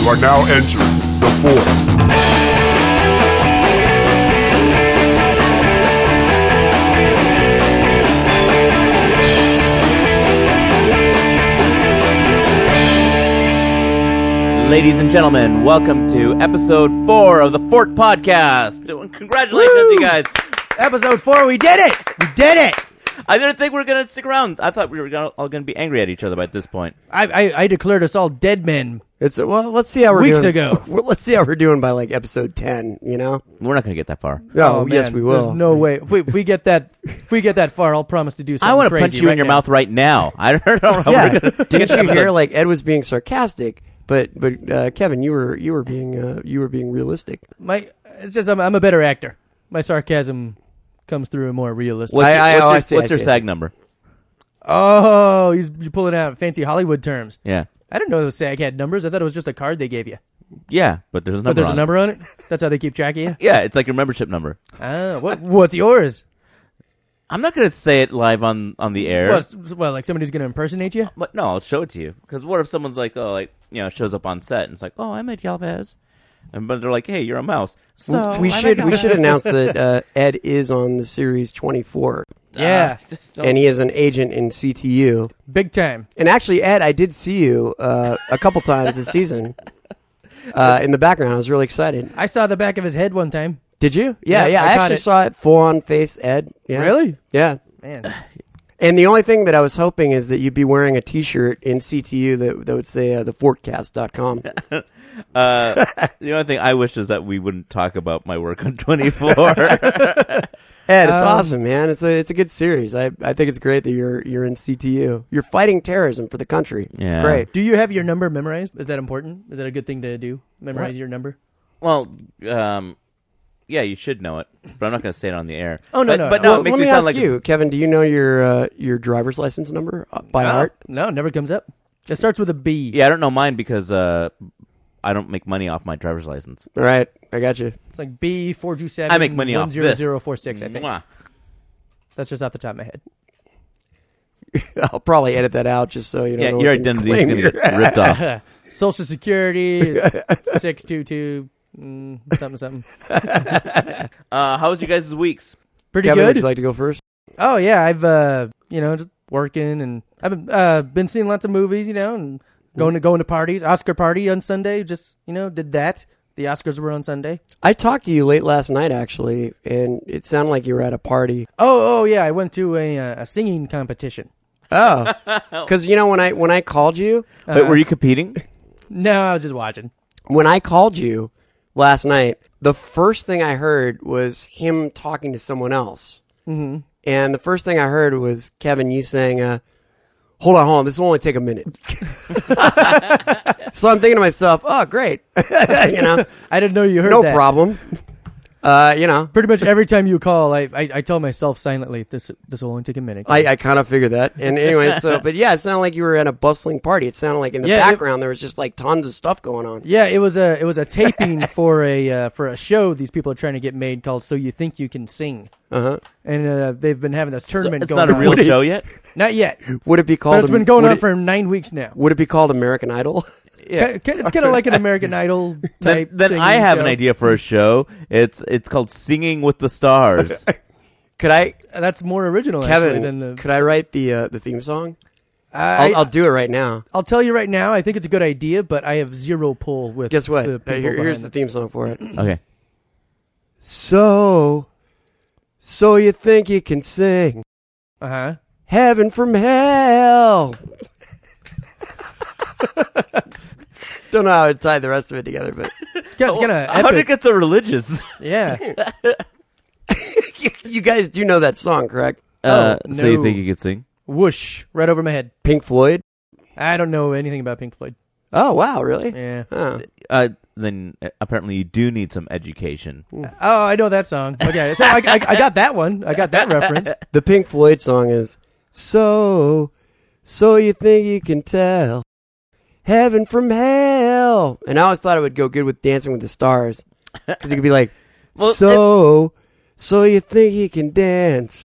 You are now entering the fourth. Ladies and gentlemen, welcome to episode four of the Fort Podcast. Congratulations, you guys. Episode four, we did it! We did it! I didn't think we were going to stick around. I thought we were gonna, all going to be angry at each other by this point. I, I, I declared us all dead men. It's well. Let's see how we're Weeks doing. ago. Well, let's see how we're doing by like episode ten. You know? We're not going to get that far. No. Oh, man, yes, we will. There's no way. If we, if we get that, if we get that far, I'll promise to do something. I want to punch you in your mouth right now. I don't know. how Yeah. we're gonna- Didn't you hear? Like Ed was being sarcastic, but but uh, Kevin, you were you were being uh, you were being realistic. My, it's just I'm, I'm a better actor. My sarcasm comes through more realistic. What's your, I- I- what's oh, your, I see, what's I your see, I SAG see. number? Oh, he's you're pulling out fancy Hollywood terms. Yeah. I didn't know those SAG had numbers. I thought it was just a card they gave you. Yeah, but there's a number. But Oh, there's a on it. number on it. That's how they keep track of you. Yeah, it's like your membership number. Ah, what what's yours? I'm not going to say it live on, on the air. What, well, like somebody's gonna impersonate you? But no, I'll show it to you. Because what if someone's like, oh, like you know, shows up on set and it's like, oh, I'm Ed Galvez, and but they're like, hey, you're a mouse. So we I'm should Ed we should Galvez. announce that uh, Ed is on the series twenty four, Yeah, and he is an agent in CTU. big time. And actually, Ed, I did see you uh, a couple times this season. Uh, in the background, I was really excited. I saw the back of his head one time. Did you? Yeah, Yeah, yeah. I I, caught actually it. saw it full on face, Ed. Yeah. Really? Yeah. Man, And the only thing that I was hoping is that you'd be wearing a T-shirt in CTU that, that would say uh, thefortcast.com. The only thing I wish is that we wouldn't talk about my work on 24. Ed, it's Oh. Um, awesome, man. It's a it's a good series. I, I think it's great that you're you're in CTU. You're fighting terrorism for the country. It's Yeah. great. Do you have your number memorized? Is that important? Is that a good thing to do? Memorize your number? well, um, yeah, you should know it, but I'm not going to say it on the air. Oh, no, but, no, but no. no, Well, it makes let me, me, sound ask like you, Kevin. Do you know your uh, your driver's license number uh, by Uh-huh. heart? No, never comes up. Just starts with a B. yeah, I don't know mine because uh, I don't make money off my driver's license. All right, I got you. It's like B four two seven. I make money off this. 10046, I think. Mwah. That's just off the top of my head. I'll probably edit that out just so you don't. Yeah, know your what you identity is claim going to you're- get ripped off. Social Security six two two mm, something something. Uh, how was you guys' weeks? Pretty Kevin, would good. you like to go first? oh yeah, I've uh you know just working and I've been, uh been seeing lots of movies you know and going to going to parties. Oscar party on Sunday. Just you know did that. The Oscars were on Sunday. I talked to you late last night, actually, and it sounded like you were at a party. Oh oh yeah, I went to a uh, a singing competition. Oh, because you know when I when I called you, Uh, Wait, were you competing? No, I was just watching. when I called you last night, the first thing I heard was him talking to someone else, mm-hmm. and the first thing I heard was Kevin you saying, uh, "Hold on, hold on, this will only take a minute." so I'm thinking to myself, "Oh, great, you know, I didn't know you heard no that. problem." Uh, you know, Pretty much every time you call, I, I, I tell myself silently, this this will only take a minute. I, I kind of figured that. And anyway, so but yeah, it sounded like you were at a bustling party. It sounded like in the Yeah, it- background there was just like tons of stuff going on. yeah, it was a it was a taping for a uh, for a show these people are trying to get made called "So You Think You Can Sing," Uh huh. and uh, they've been having this So tournament. it's going not a on. real show yet. not yet, Would it be called? but it's been Am- going would on it- for nine weeks now. Would it be called American Idol? Ki- ki- It's kind of like an American Idol Then, type. then I singing have an show. idea for a show. It's it's called Singing with the Stars. Could I, That's more original actually Kevin? than the. could I write the uh, the theme song? I, I'll, I'll do it right now. I'll tell you right now, I think it's a good idea, but I have zero pull with. Guess what? The Uh, people here- here's behind the it. theme song for it. Okay. So, so you think you can sing Uh-huh. heaven from hell? Don't know how to tie the rest of it together, but It's kind of, it's kind of How did it Uh, epic. get so religious? yeah. you guys do know that song, correct? Uh, Oh, So you no. think you could sing? Whoosh, right over my head. Pink Floyd. I don't know anything about Pink Floyd. Oh wow, really? Yeah. Huh. Uh, then uh, apparently you do need some education. Oh, I know that song. Okay, so I, I, I got that one. I got that reference. The Pink Floyd song is so so you think you can tell heaven from hell. And I always thought it would go good with Dancing with the Stars because you could be like Well, so so you think you can dance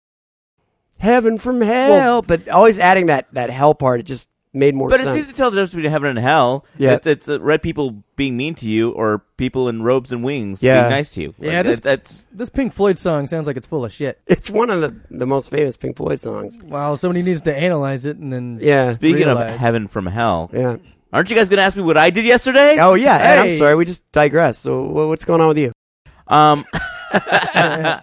heaven from hell, but always adding that that hell part. It just made more But sense. it's easy to tell the difference between heaven and hell. Yeah. It's, it's uh, red people being mean to you or people in robes and wings Yeah. being nice to you. Yeah, Like, this- it- that's This Pink Floyd song sounds like it's full of shit. It's one of the, the most famous Pink Floyd songs. Wow, somebody needs to analyze it and then Yeah. speaking Realize. of heaven from hell. Yeah. Aren't you guys going to ask me what I did yesterday? Oh, yeah. Ed, I'm Hey. sorry. We just digressed. So, wh- what's going on with you? Um. all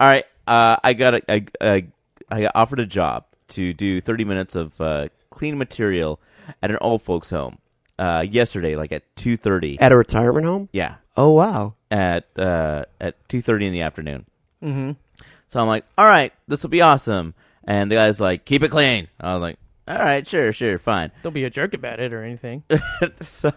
right. Uh, I got a, I, I, I got offered a job to do 30 minutes of uh, clean material at an old folks' home uh, yesterday, like at 2:30. At a retirement home? yeah, Oh, wow. at uh, at 2:30 in the afternoon. Mm-hmm. So I'm like, all right, this will be awesome. And the guy's like, keep it clean. I was like, all right, sure, sure, fine. don't be a jerk about it or anything. so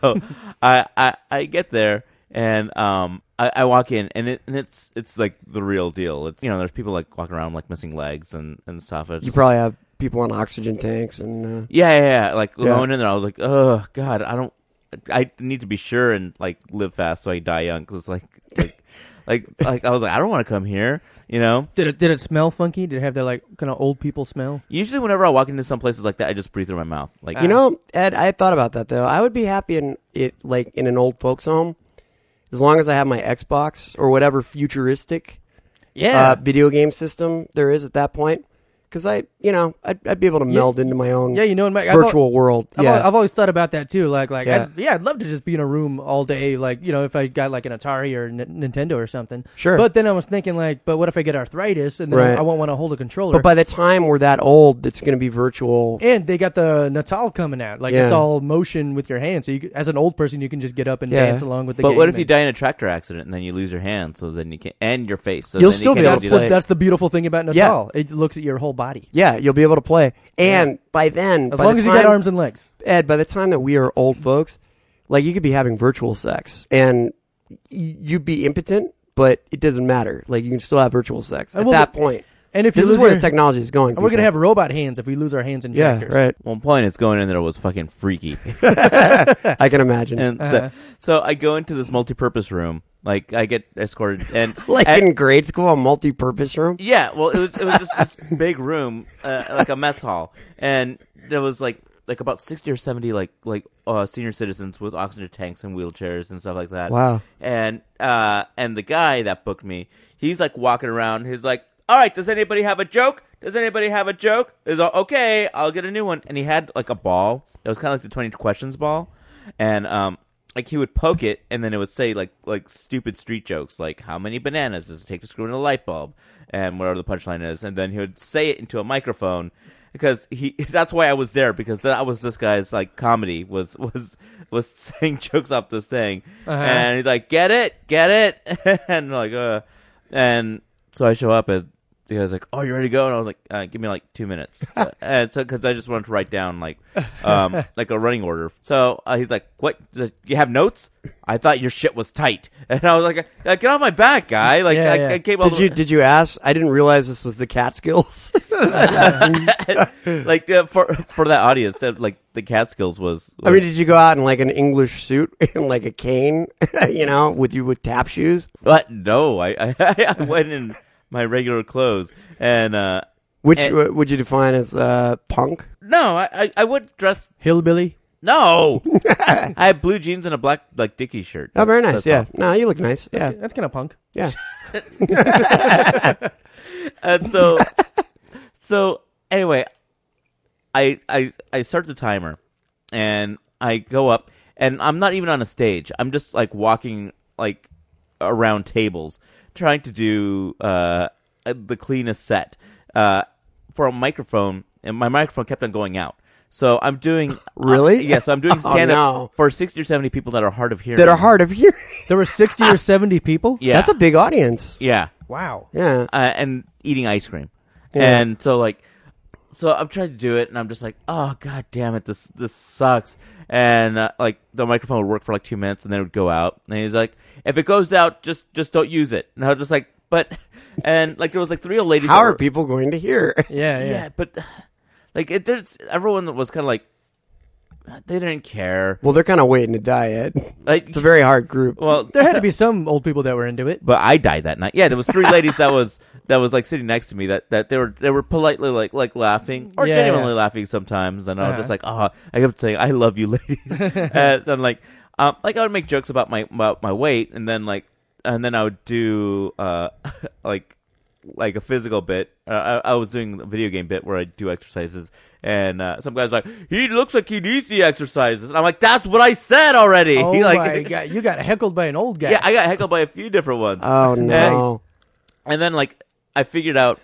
I, I I get there and um I, I walk in and it and it's it's like the real deal. It's you know there's people like walking around like missing legs and and stuff. It's You just- probably have people on oxygen tanks and. Uh, yeah, yeah, yeah. Like Yeah. going in there, I was like, oh god, I don't. I need to be sure and like live fast so I die young because it's like like like like I was like I don't want to come here. You know, did it did it smell funky? Did it have that like kind of old people smell? usually whenever I walk into some places like that, I just breathe through my mouth. Like Ah, you know, Ed, I thought about that though. I would be happy in it, like in an old folks' home, as long as I have my Xbox or whatever futuristic uh, video game system there is at that point. Because I, you know, I'd, I'd be able to meld into my own yeah, you know, in my I've al- virtual world. I've, yeah, al- I've always thought about that too. Like, like, Yeah. I'd, yeah, I'd love to just be in a room all day. Like, you know, if I got like an Atari or N- Nintendo or something. Sure. But then I was thinking, like, but what if I get arthritis and then Right. I won't want to hold a controller? but by the time we're that old, it's going to be virtual. and they got the Natal coming out. Like, it's Yeah. all motion with your hands. So, you, c- as an old person, you can just get up and Yeah. dance along with the but game. what if you and- die in a tractor accident and then you lose your hand? So then you can and your face. So You'll then still you can't be able That's to do play. that. the, that's the beautiful thing about Natal. It looks at your whole body. Yeah, you'll be able to play. And by then, As by long the as you got time- arms and legs. Ed, by the time that we are old folks, like you could be having virtual sex and y- you'd be impotent, but it doesn't matter. Like you can still have virtual sex And at we'll that be- point. And if This you is lose where your- the technology is going. and we're people. gonna have robot hands if we lose our hands in yeah, tractors. right. One point is going in there was fucking freaky. I can imagine. And Uh-huh. so, so I go into this multi-purpose room. Like I get escorted, and like and- in grade school, a multi-purpose room. yeah, well, it was it was just this big room, uh, like a mess hall, and there was like like about sixty or seventy like like uh, senior citizens with oxygen tanks and wheelchairs and stuff like that. Wow. And uh, and the guy that booked me, he's like walking around. He's like, "All right, does anybody have a joke? Does anybody have a joke?" Is all okay. I'll get a new one. And he had like a ball. It was kind of like the twenty questions ball, and um. Like he would poke it, and then it would say like like stupid street jokes, like how many bananas does it take to screw in a light bulb, and whatever the punchline is, and then he would say it into a microphone because he that's why I was there because that was this guy's like comedy was was was saying jokes off this thing and he's like get it get it and like uh and so I show up and the guy's like oh you ready to go and I was like uh, give me like two minutes Uh, and so because I just wanted to write down like um like a running order so uh, he's like what He's like, you have notes I thought your shit was tight and I was like uh, get off my back guy like Yeah, I, yeah. I came all Did the you did you ask? I didn't realize this was the Catskills. like uh, for for that audience that like the Catskills was I mean, did you go out in like an English suit and like a cane, you know, with you with tap shoes? But no, I, I I went in my regular clothes, and uh Which Eh. uh, would you define as uh, punk? no, I I, I would dress Hillbilly. no. I had blue jeans and a black like Dickie shirt. Oh, very That's nice. yeah. all. No, you look nice. Yeah. That's kind of punk. Yeah. and so so anyway I, I i start the timer and i go up and i'm not even on a stage i'm just like walking like around tables trying to do uh the cleanest set uh for a microphone and my microphone kept on going out so i'm doing Really? yes yeah, so i'm doing Oh, stand up no. for 60 or 70 people that are hard of hearing That are hard of hearing. There were sixty or seventy people. yeah That's a big audience. yeah Wow. Yeah. uh, and eating ice cream. Yeah. And so like so I'm trying to do it and I'm just like, "Oh god damn it, this this sucks." And uh, like the microphone would work for like 2 minutes and then it would go out. And he's like, "If it goes out, just just don't use it." And I was just like, "But and like there was like three old ladies How that are were- people going to hear? Yeah, yeah. yeah, but like it, there's everyone was kind of like they didn't care. Well, they're kind of waiting to die, Ed. Like, It's a very hard group. well, There had to be some old people that were into it. but I died that night. Yeah, there was three ladies that was that was like sitting next to me that, that they were they were politely like like laughing or Yeah, genuinely yeah. laughing sometimes, and I was just Uh-huh. like, oh, I kept saying I love you, ladies, and then like um like I would make jokes about my about my weight, and then like and then I would do uh like like a physical bit. Uh, I, I was doing a video game bit where I do exercises, and uh, some guys like he looks like he needs the exercises, and I'm like, that's what I said already. Oh like, my god, you got heckled by an old guy. yeah, I got heckled by a few different ones. Oh no! And then like I figured out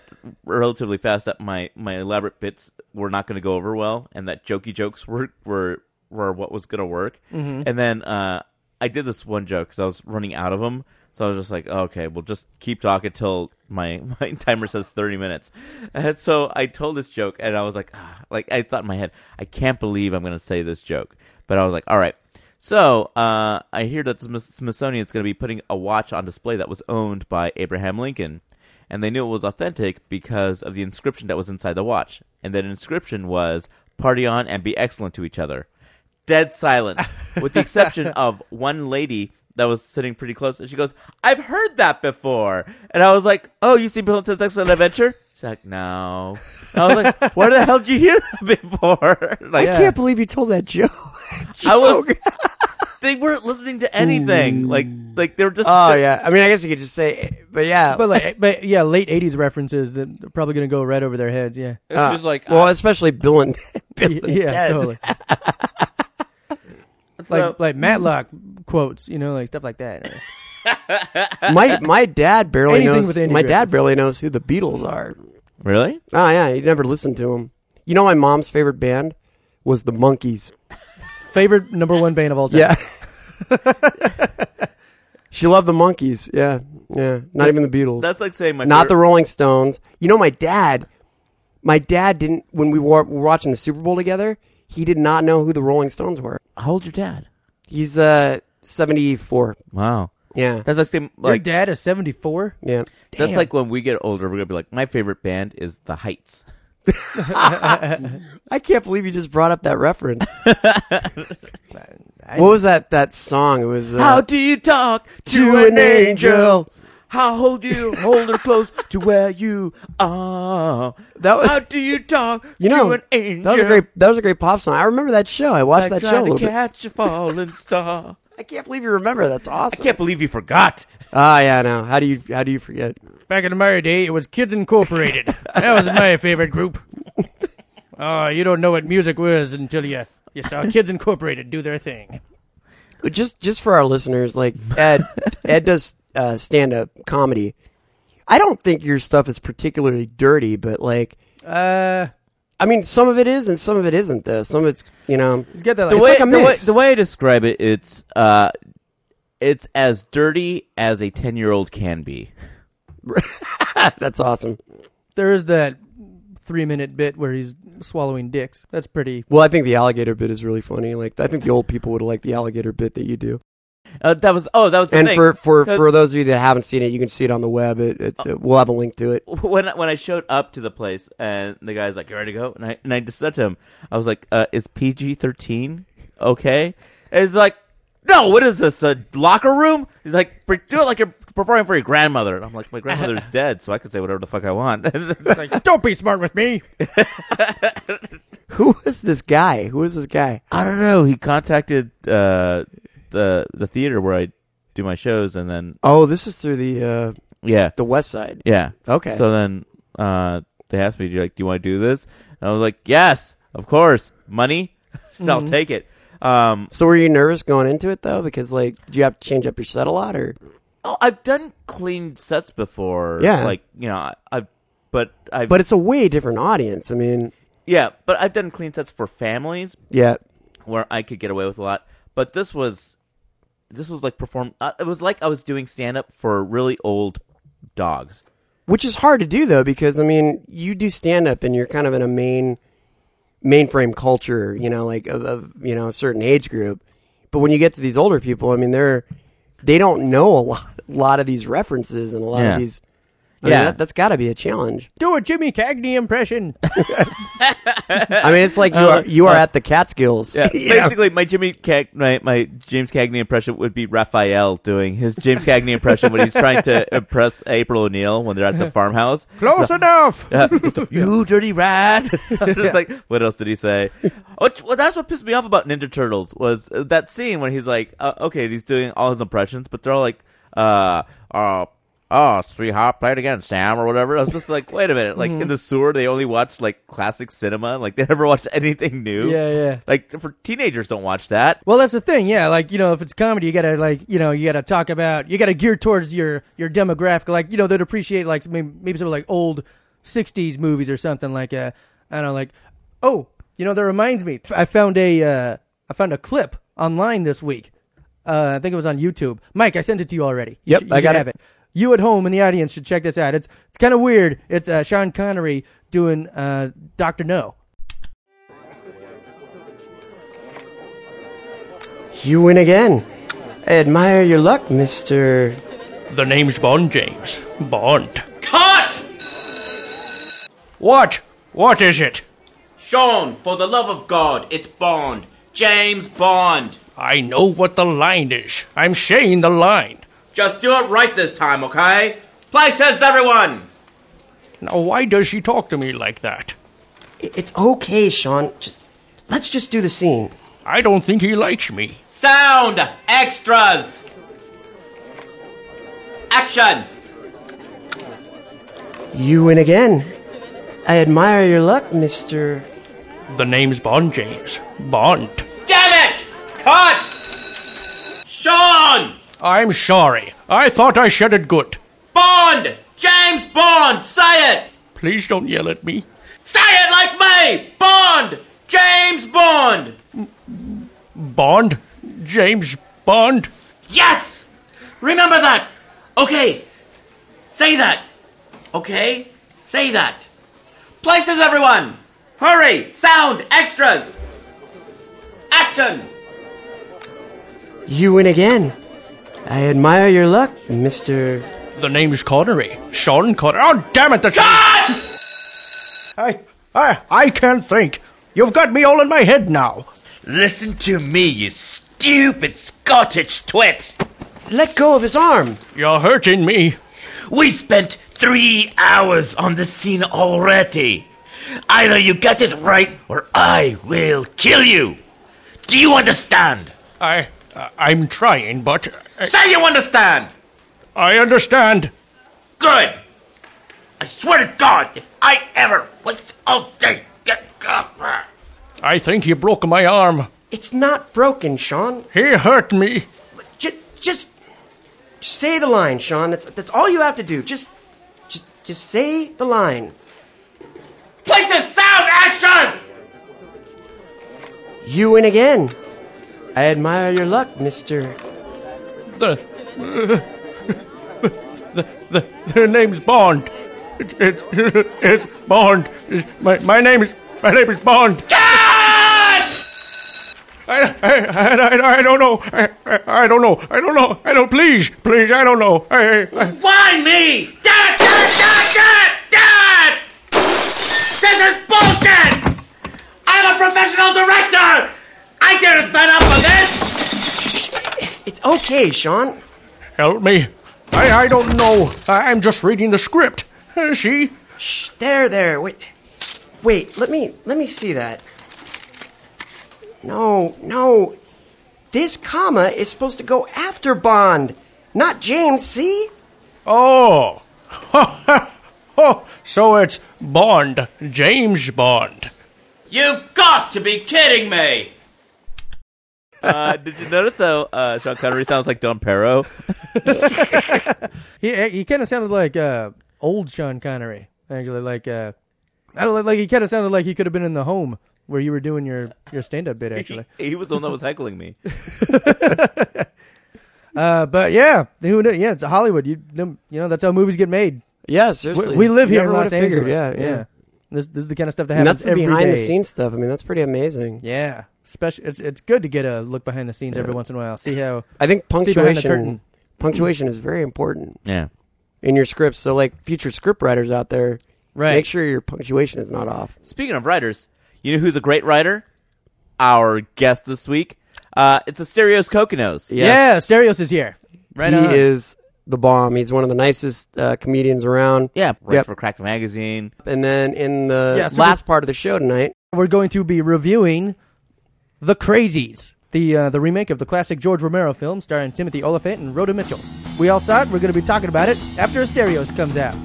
relatively fast that my my elaborate bits were not going to go over well, and that jokey jokes were were were what was going to work. And then uh, I did this one joke because I was running out of them, so I was just like, oh, okay, we'll just keep talking till my my timer says thirty minutes. And so I told this joke, and I was like, ah, like I thought in my head, I can't believe I'm going to say this joke, but I was like, all right. So uh, I hear that the Smith- Smithsonian is going to be putting a watch on display that was owned by Abraham Lincoln, and they knew it was authentic because of the inscription that was inside the watch. And that inscription was "Party on and be excellent to each other." Dead silence, with the exception of one lady that was sitting pretty close, and she goes, "I've heard that before," and I was like, "Oh, you seen Bill Excellent Adventure?" She's like, "No," and I was like, "Where the hell did you hear that before?" like, I can't believe you told that joke. I was. they weren't listening to anything. Like, like they were just. Oh yeah. I mean, I guess you could just say, but yeah. But like, but yeah, late '80s references that are probably gonna go right over their heads. Yeah, It's Uh, just like. well, uh, especially Bill and Bill and yeah, Ted. totally. like so- like Matlock quotes, you know, like stuff like that. My my dad barely Anything knows. with Andy My dad Griffith. barely knows who the Beatles are. really? Oh yeah, he never listened to them. You know, my mom's favorite band was the Monkees. Favorite number one band of all time. she loved the Monkees. Yeah, yeah. Not even the Beatles. That's like saying my. not the favorite- Rolling Stones. You know, my dad, my dad didn't when we were, were watching the Super Bowl together. He did not know who the Rolling Stones were. How old's your dad? He's uh seventy four. Wow. Yeah, That's like saying Your like. dad is 74. yeah. That's like when we get older, we're gonna be like, my favorite band is The Heights. I can't believe you just brought up that reference. what was that that song? It was uh, How do you talk to an angel? How hold you hold her close to where you are? That was- How do you talk You know, to an angel? that was a great that was a great pop song. I remember that show. I watched Like that show a trying little to bit. catch a falling star. I can't believe you remember. That's awesome. I can't believe you forgot. Ah, yeah, no. How do you how do you forget? Back in my day, it was Kids Incorporated. that was my favorite group. Oh, you don't know what music was until you, you saw Kids Incorporated do their thing. just just for our listeners, like Ed, Ed does uh, stand up comedy. I don't think your stuff is particularly dirty, but like, Uh, I mean, some of it is and some of it isn't. Though some of it's you know, he's got that the like, way, like a the, way, mix. the way I describe it, it's uh, it's as dirty as a ten year old can be. that's awesome. there is that three minute bit where he's swallowing dicks. That's pretty. Well, I think the alligator bit is really funny. Like, I think the old people would like the alligator bit that you do. Uh, that was oh, that was the And thing. for for 'Cause- for those of you that haven't seen it, you can see it on the web. It, it's uh, we'll have a link to it. when when I showed up to the place and the guy's like, "You ready to go?" and I and I just said to him, I was like, uh, "Is PG thirteen okay?" And he's like, "No, what is this a locker room?" He's like, "Pre- "Do it like you're performing for your grandmother," and I'm like, "My grandmother's dead, so I can say whatever the fuck I want." Like, Don't be smart with me. Who is this guy? Who is this guy? I don't know. He contacted uh, the the theater where I do my shows, and then Oh, this is through the uh, yeah, the West Side. yeah. Okay. So then uh, they asked me, "Do you like, do you want to do this?" And I was like, "Yes, of course. Money, I'll Mm-hmm. take it." Um, So were you nervous going into it though? Because like, do you have to change up your set a lot, or oh, I've done clean sets before. Yeah. like you know, I, I've but I but it's a way different audience. I mean, yeah, but I've done clean sets for families yeah, where I could get away with a lot. But this was this was like perform. Uh, it was like I was doing stand up for really old dogs. which is hard to do though because I mean, you do stand up and you're kind of in a main mainframe culture, you know, like of, of you know a certain age group. But when you get to these older people, I mean, they're they don't know a lot, lot of these references and a lot Yeah. of these I mean, Yeah. that, that's got to be a challenge. Do a Jimmy Cagney impression. I mean, it's like you are you are at the Catskills. Uh, Yeah, basically, my Jimmy Cag- my, my James Cagney impression would be Raphael doing his James Cagney impression when he's trying to impress April O'Neil when they're at the farmhouse. Close enough. Yeah. you dirty rat! It's like, what else did he say? Oh, well, that's what pissed me off about Ninja Turtles was uh, that scene when he's like, uh, okay, he's doing all his impressions, but they're all like, uh, uh, oh, sweetheart, play it again, Sam, or whatever. I was just like, wait a minute, like in the sewer, they only watched like classic cinema, like they never watched anything new. Yeah, yeah. Like for teenagers, don't watch that. Well, that's the thing, yeah. Like you know, if it's comedy, you gotta like you know, you gotta talk about, you gotta gear towards your your demographic. Like you know, they'd appreciate like maybe, maybe some like old '60s movies or something like uh, I don't know, like oh, you know, that reminds me, I found a uh, I found a clip online this week. Uh, I think it was on YouTube. Mike, I sent it to you already. You Yep, should- you I should got it. have it. You at home in the audience should check this out. It's it's kind of weird. It's uh, Sean Connery doing uh, Doctor No. You win again. I admire your luck, Mister. The name's Bond, James. Bond. Cut! What? What is it? Sean, for the love of God, it's Bond, James Bond. I know what the line is. I'm saying the line. Just do it right this time, okay? Places, everyone. Now, why does she talk to me like that? It's okay, Sean. Just let's just do the scene. I don't think he likes me. Sound! Extras! Action! You win again. I admire your luck, Mister. The name's Bond, James. Bond. Damn it! Cut! Sean! I'm sorry. I thought I said it good. Bond! James Bond! Say it! Please don't yell at me. Say it like me! Bond! James Bond! Bond? James Bond? Yes! Remember that! Okay! Say that! Okay? Say that! Places, everyone! Hurry! Sound! Extras! Action! You win again. I admire your luck, Mister. The name's Connery. Sean Connery. Oh, damn it, that's. Ah! I, I, I can't think. You've got me all in my head now. Listen to me, you stupid Scottish twit! Let go of his arm. You're hurting me. We spent three hours on the scene already. Either you get it right or I will kill you. Do you understand? I, I- I'm trying, but I, Say you understand! I understand. Good! I swear to God, if I ever was all day. I think he broke my arm. It's not broken, Sean. He hurt me. Just, just, just say the line, Sean. That's that's all you have to do. Just, just, just say the line. Places sound extras! You win again. I admire your luck, Mister. The, the, the, their name's Bond. It, it, it's Bond. It's- my, my name is my name is Bond. I, I, I, I, I don't know. I, I, I don't know. I don't know. I don't. Please, please. I don't know. I, I, I- Why me? Do it, do it, do it, do it, do it! This is bullshit! I'm a professional director! I didn't sign up for this! It's okay, Sean. help me. I, I don't know. I, I'm just reading the script. Uh, See, Shh, there, there. Wait, wait. Let me, let me see that. No, no. This comma is supposed to go after Bond, not James. See? Oh. oh, so it's Bond, James Bond. You've got to be kidding me! Uh, did you notice how uh, Sean Connery sounds like Don Perro? He he kind of sounded like uh, old Sean Connery, actually. Like uh, I don't know, like he kind of sounded like he could have been in the home where you were doing your your stand up bit, He, actually. he was the one that was heckling me. Uh, but yeah, who knew? Yeah, it's Hollywood. You you know that's how movies get made. Yeah, We, seriously. we live here in Never Los would've Angeles. figured, yeah, yeah. This this is the kind of stuff that And happens that's the every behind the day. scenes stuff. I mean, that's pretty amazing. Yeah, special. It's it's good to get a look behind the scenes every once in a while. See how I think See behind the punctuation curtain. punctuation is very important. Yeah. in your scripts. So like future script writers out there, Right. Make sure your punctuation is not off. Speaking of writers, you know who's a great writer? Our guest this week. Uh, it's Asterios Kokonos. Yes. Yeah, Stereos is here. Right he on. is the bomb. He's one of the nicest uh, comedians around. Yeah, right Yep. for Cracked Magazine. And then in the Yeah, super- last part of the show tonight, We're going to be reviewing The Crazies, the uh, the remake of the classic George Romero film starring Timothy Oliphant and Rhoda Mitchell. We all saw it. We're going to be talking about it after Asterios comes out.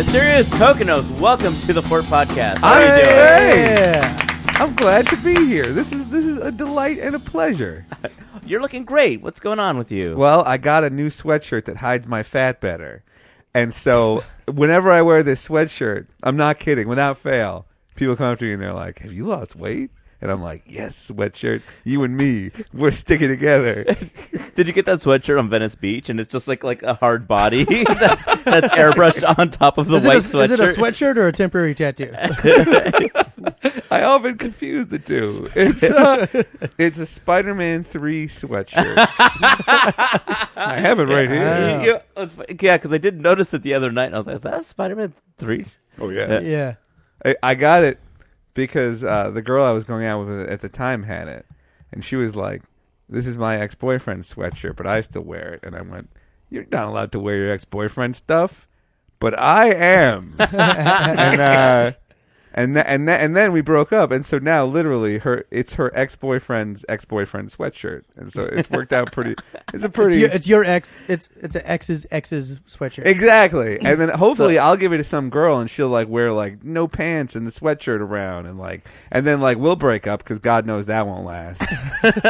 Asterios Kokonos, welcome to the Fort Podcast. How are you doing? Hey, Yeah. I'm glad to be here. This is this is a delight and a pleasure. You're looking great. What's going on with you? Well, I got a new sweatshirt that hides my fat better, and so whenever I wear this sweatshirt, I'm not kidding. Without fail, people come up to me and they're like, "Have you lost weight?" And I'm like, "Yes, sweatshirt. You and me, we're sticking together." Did you get that sweatshirt on Venice Beach? And it's just like like a hard body that's, that's airbrushed on top of the Is it, a, white is sweatshirt. it a sweatshirt or a temporary tattoo? I often confuse the two. It's a, it's a Spider-Man three sweatshirt. I have it right here. You- you- it's fu- yeah, because I did notice it the other night, and I was like, "Is that a Spider-Man 3? Oh yeah. I, I got it because uh, the girl I was going out with at the time had it, and she was like, "This is my ex boyfriend's sweatshirt, but I still wear it." And I went, "You're not allowed to wear your ex boyfriend stuff, but I am." and uh, and th- and th- and then we broke up, and so now literally her it's her ex boyfriend's ex boyfriend sweatshirt, and so it's worked out pretty. It's a It's pretty your, it's your ex. It's it's an ex's ex's sweatshirt. Exactly. And then hopefully I'll give it to some girl and she'll like wear like no pants and the sweatshirt around and like and then like we'll break up because God knows that won't last.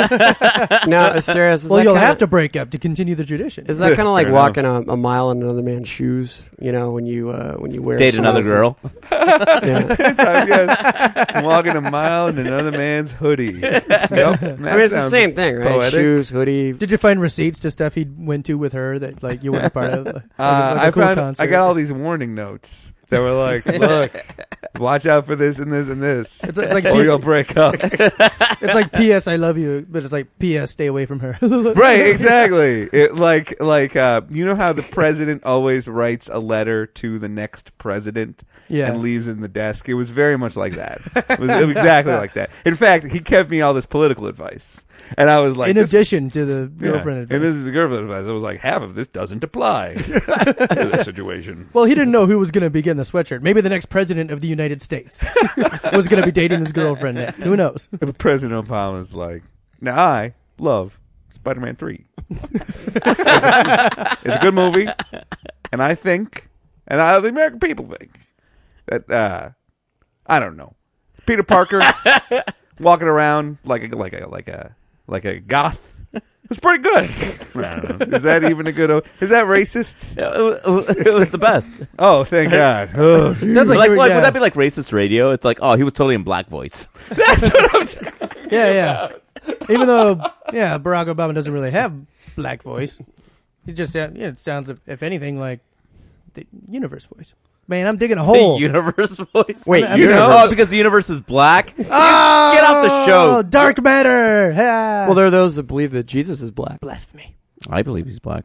now Asterios, is well, that you'll kinda, have to break up to continue the tradition. Is that kind of like Fair enough. walking a, a mile in another man's shoes? You know, when you uh, when you wear Date someone another else's- girl. Yeah. I guess. I'm walking a mile in another man's hoodie. Yep, I mean, it's the same thing, right? poetic. Shoes, hoodie. Did you find receipts to stuff he went to with her that like you weren't part of? Like, Uh, like a I cool found concert? I got all these warning notes that were like, "Look, watch out for this and this and this, It's, it's like or you'll break up." It's like P.S. I love you, but it's like P.S. Stay away from her. right exactly it like like uh you know how the president always writes a letter to the next president Yeah. and leaves it in the desk it was very much like that it was exactly like that in fact he kept me all this political advice and i was like In this- addition to the yeah. girlfriend advice. and this is the girlfriend advice i was like half of this doesn't apply to this situation well, he didn't know who was going to be getting the sweatshirt. Maybe the next president of the United States was going to be dating his girlfriend next. Who knows? But president obama's like now i love spider-man 3 it's a good movie, and I think, and I, the American people think that uh, I don't know Peter Parker walking around like a like a like a like a goth. was pretty good. I don't know. Is that even a good? o- Is that racist? It, it- it was the best. Oh, thank God! Oh, Sounds like, like, you were- like, yeah. would that be like racist radio? It's like, oh, he was totally in black voice. yeah, yeah. Even though, yeah, Barack Obama doesn't really have black voice. He just, sound- yeah, it sounds, if anything, like the universe voice. Man, I'm digging a hole. The universe voice. Wait, you universe. know? Oh, because the universe is black. Get off the Oh, show. dark matter. Yeah. Well, there are those that believe that Jesus is black. blasphemy. I believe he's black.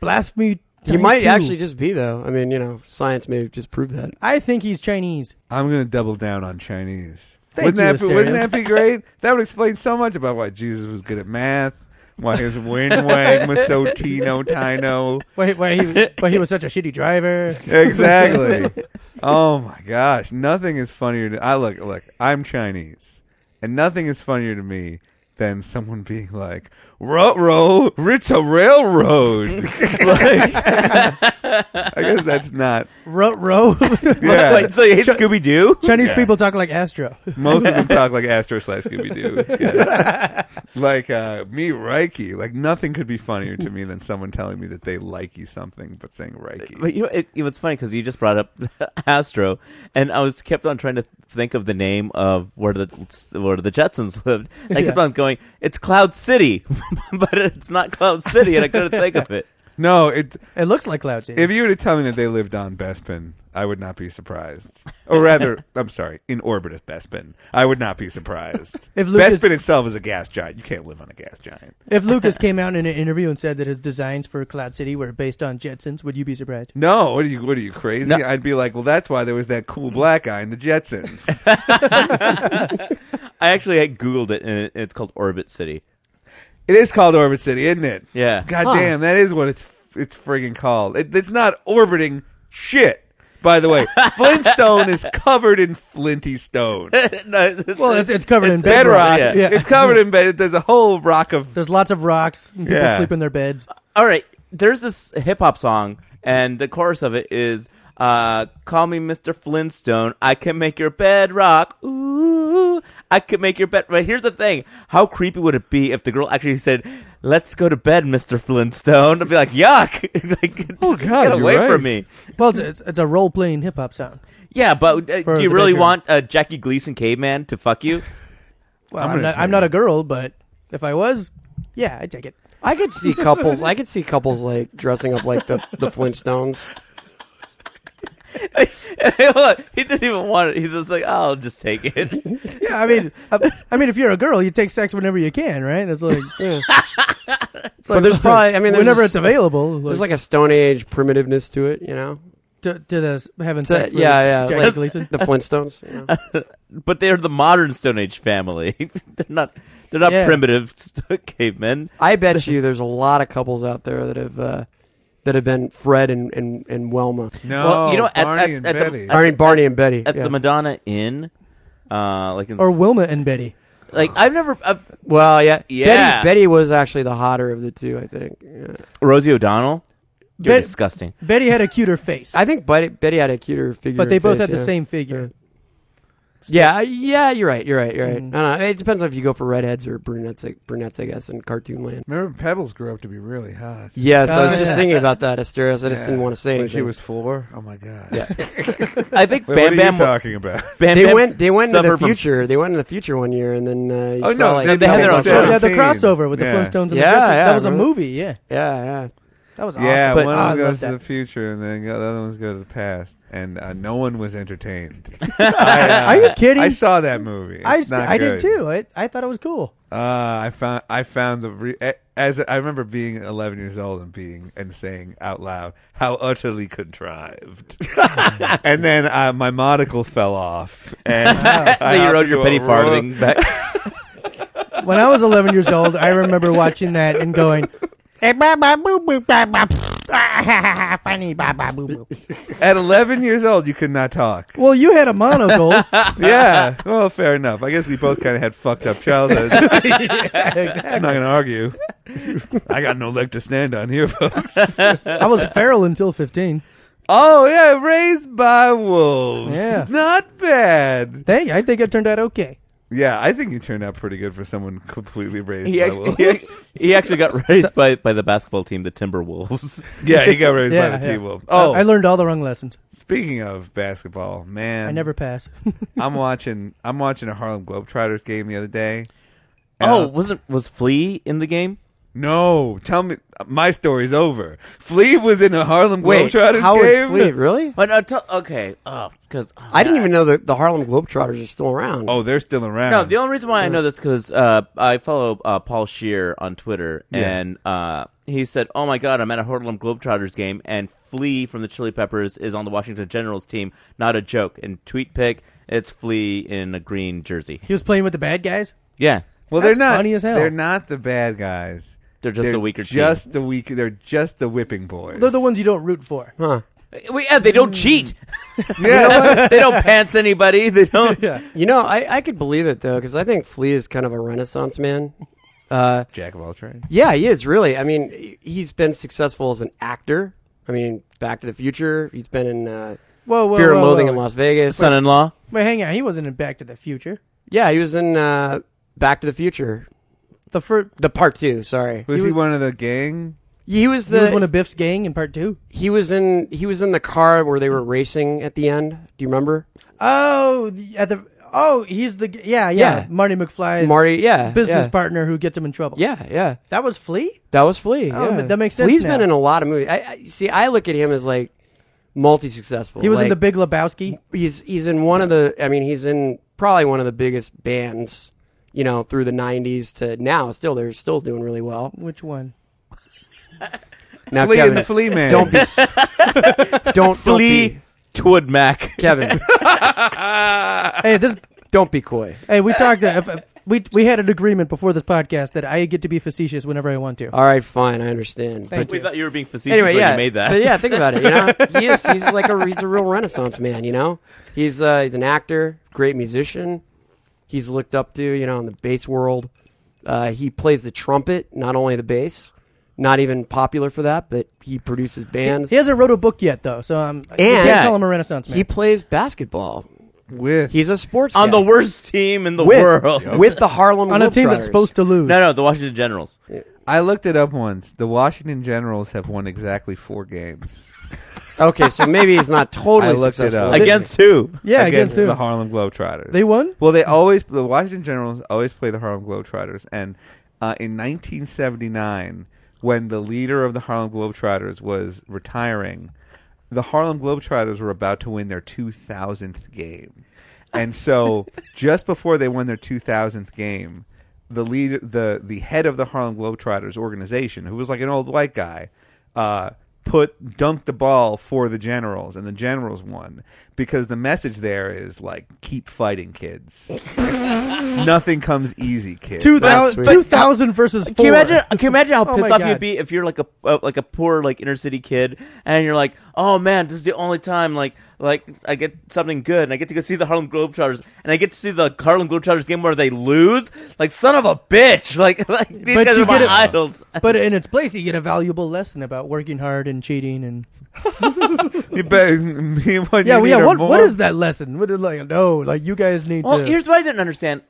Blasphemy. He might too. actually just be though. I mean, you know, science may have just proved that. I think he's Chinese. I'm gonna double down on Chinese. Thank wouldn't you, that be, wouldn't Asterios. that be great? That would explain so much about why Jesus was good at math, why his Wing Wang was so Tino Tino. Wait, why he, why he was such a shitty driver. exactly. Oh my gosh, nothing is funnier. To, I look, look. I'm Chinese, and nothing is funnier to me than someone being like, "Row, row, it's a railroad." like, I guess that's not. Row, row. Yeah, Wait, so you hate Scooby Doo? Chinese Yeah. people talk like Astro. most of them talk like Astro slash Scooby Doo. Yeah. like uh, me, Reiki. Like nothing could be funnier to me than someone telling me that they likey something, but saying Reiki. But you know, it, it was funny because you just brought up Astro, and I was kept on trying to think of the name of where the where the Jetsons lived. And I kept Yeah. on going, it's Cloud City, but it's not Cloud City, and I couldn't think of it. no, it. It looks like Cloud City. If you were to tell me that they lived on Bespin, I would not be surprised. Or rather, I'm sorry, in orbit of Bespin. I would not be surprised. If Lucas- Bespin itself is a gas giant. You can't live on a gas giant. If Lucas came out in an interview and said that his designs for Cloud City were based on Jetsons, would you be surprised? No, what are you? What are you crazy? No. I'd be like, well, that's why there was that cool black guy in the Jetsons. I actually had googled it, and it- it's called Orbit City. it is called Orbit City, isn't it? Yeah. God damn, that is what it's it's friggin' called. It, it's not orbiting shit. By the way, Flintstone is covered in flinty stone. No, Well, it's, it's covered in bedrock. bedrock. Yeah. Yeah. It's covered in bed. There's a whole rock of. There's lots of rocks. And people Yeah. sleep in their beds. all right. There's this hip hop song, and the chorus of it is uh, "Call me Mr. Flintstone. I can make your bed rock. Ooh, I can make your bed." But here's the thing: How creepy would it be if the girl actually said, "Let's go to bed, Mr. Flintstone"? I'd be like, "Yuck! like, Oh, God, get you're away right. from me." Well, it's, it's, it's a role playing hip hop song. Yeah, but uh, For do you the really bedroom. want uh, Jackie Gleason caveman to fuck you? Well, I'm I'm, gonna not, say- I'm not a girl, but if I was, yeah, I'd take it. I could see couples. I could see couples like dressing up like the, the Flintstones. he didn't even want it. He's just like, "I'll just take it." Yeah, I mean, I, I mean, if you're a girl, you take sex whenever you can, right? That's like, Yeah. it's like there's probably- I mean, there's whenever just- it's available, There's like a Stone Age primitiveness to it, you know. to, to this having So, sex. with yeah, yeah, Jack like- Gleason. The Flintstones. You know? but they're the modern Stone Age family. they're not. They're not Yeah. primitive st- cavemen. I bet you there's a lot of couples out there that have uh, that have been Fred and and, and Welma. No, Well, you know, at- Oh, Barney at- and at the- Betty. I mean Barney and Betty. At yeah. the Madonna Inn, uh, like in, or Wilma and Betty. like I've never I've, well, yeah, Yeah. Betty, Betty was actually the hotter of the two, I think. Yeah. Rosie O'Donnell. You're Bet- disgusting. Betty had a cuter face, I think Betty, Betty had a cuter figure, but they and both face, had the yeah. same figure. Yeah, I- yeah, you're right, you're right, you're right. Mhm. I don't know. It depends if you go for redheads or brunettes, I- brunettes, I guess, in cartoon land. Uh, Remember, Pebbles grew up to be really hot. Yes, I Oh, was just yeah. thinking about that, Asterios. I just didn't want to say When anything. she was four. Oh my god. Yeah. I think Wait, Bam what are you Bam, Bam talking about? they Bam went. They went into the suffered from- future. they went into the future one year, and then uh, you Oh, saw, no, like, they- they had their own yeah, show. Yeah, the 17. crossover with the Yeah. Flintstones and the Yeah, Jetsons. yeah, that was a remember? movie. Yeah, yeah. that was awesome. Yeah, But- one Ah, of I them goes love to the that. future, and then the other ones go to the past, and uh, no one was entertained. Uh, Are you kidding? I saw that movie. It's I, not I did good. too. I, I thought it was cool. Uh, I found I found the re- a- as I remember being 11 years old and being and saying out loud how utterly contrived. and then uh, my monocle fell off, and I Bam. You hopped rode into your a penny ro- farthing back. When I was 11 years old, I remember watching that and going, Eh, ba, ba, boo, boo, ba, ba, pfft. Ah, ha, ha, ha, Funny, ba, ba, boo, boo. At 11 years old, you could not talk. "Well, you had a monocle." yeah, well, fair enough. I guess we both kind of had fucked up childhoods. I'm not gonna argue. I got no leg to stand on here, folks. I was feral until 15. oh yeah, raised by wolves. Yeah. not bad. Hey, I think it turned out okay. Yeah, I think you turned out pretty good for someone completely raised He by actually, wolves. he act- he actually got raised by, by the basketball team, the Timberwolves. yeah, he got raised by Yeah, the yeah. T-Wolves. Oh, Oh, I, learned all the wrong lessons. speaking of basketball, man, I never pass. I'm watching. I'm watching a Harlem Globetrotters game the other day. And Oh, I'm- wasn't was Flea in the game? no! Tell me, my story's over. Flea was in a Harlem Wait, Globetrotters game. Howard Flea, really? But uh, t- okay, Oh, because I didn't even know that the Harlem Globetrotters are still around. Oh, they're still around. Um, No, the only reason why I know this because uh, I follow uh, Paul Shear on Twitter, and uh, he said, "Oh my God, I'm at a Harlem Globetrotters game, and Flea from the Chili Peppers is on the Washington Generals team. Not a joke." And tweet pic, it's Flea in a green jersey. he was playing with the bad guys. Yeah, well, That's they're not. funny as hell. They're not the bad guys. They're just the weaker team. Just the weak. They're just the whipping boys. They're the ones you don't root for. huh. we, yeah they don't cheat. Yeah, they don't pants anybody. They don't. You know, I, I could believe it though, because I think Flea is kind of a Renaissance man. Uh, jack of all trades. yeah, he is really. I mean, he- he's been successful as an actor. I mean, Back to the Future. He's been in uh, Whoa, whoa, Fear whoa, and Loathing whoa. in Las Vegas. Son-in-law. Wait, hang on. He wasn't in Back to the Future. Yeah, he was in uh, Back to the Future, The first, the part two. Sorry, Was he one of the gang? he was he was one the of Biff's gang in Part Two. he was in he was in the car where they were racing at the end. Do you remember? Oh, the, at the oh, he's the yeah, yeah, Yeah. Marty McFly's Marty, yeah, business yeah. partner who gets him in trouble. Yeah, yeah. that was Flea. That was Flea. Oh, yeah. that makes sense Flea's now. been in a lot of movies. I, I see. I look at him as like multi successful. He was in the Big Lebowski. he's he's in one of the I mean he's in probably one of the biggest bands you know through the 90s to now still they're still doing really well Which one? now Flea Kevin and the Flea Man. don't be s- don't Flea don't be, Twood Mac. Kevin hey, this. don't be coy Hey, we talked. uh, if- if- we we had an agreement before this podcast that I get to be facetious whenever I want to. all right fine I understand Thank We you. thought you were being facetious anyway when yeah you made that. but yeah think about it you know he is, he's like a he's a real renaissance man you know he's uh, he's an actor great musician he's looked up to you know in the bass world uh, he plays the trumpet not only the bass not even popular for that but he produces bands He hasn't wrote a book yet, though, so um, you And- can't call him a Renaissance man. He plays basketball. with He's a sports On guy. the worst team in the with, world. with the Harlem on a team that's Globetrotters. supposed to lose. No, no, the Washington Generals. I looked it up once. The Washington Generals have won exactly four games Okay, so maybe he's not totally I looked it successful up. Against who? yeah, against, who? the Harlem Globetrotters. They won? Well, they always the Washington Generals always play the Harlem Globetrotters, and uh, in 1979, when the leader of the Harlem Globetrotters was retiring, the Harlem Globetrotters were about to win their 2000th game, and so just before they won their 2000th game, the leader, the the head of the Harlem Globetrotters organization, who was like an old white guy, uh, put dunked the ball for the Generals, and the Generals won because the message there is like keep fighting, kids. Nothing comes easy, kids. Two That's thou- sweet. 2,000 versus four. Can you imagine? Can you imagine how Oh pissed my off God. you'd be if you're like a uh, like a poor like inner city kid and you're like, oh man, this is the only time like like I get something good and I get to go see the Harlem Globetrotters and I get to see the Harlem Globetrotters game where they lose. Like son of a bitch! Like like these But guys you are my get it- idols. But in its place, you get a valuable lesson about working hard and cheating and You bet. Me and what yeah, well, you need yeah. are What more- what is that lesson? What is like no, like you guys need Well, to. here's what I didn't understand: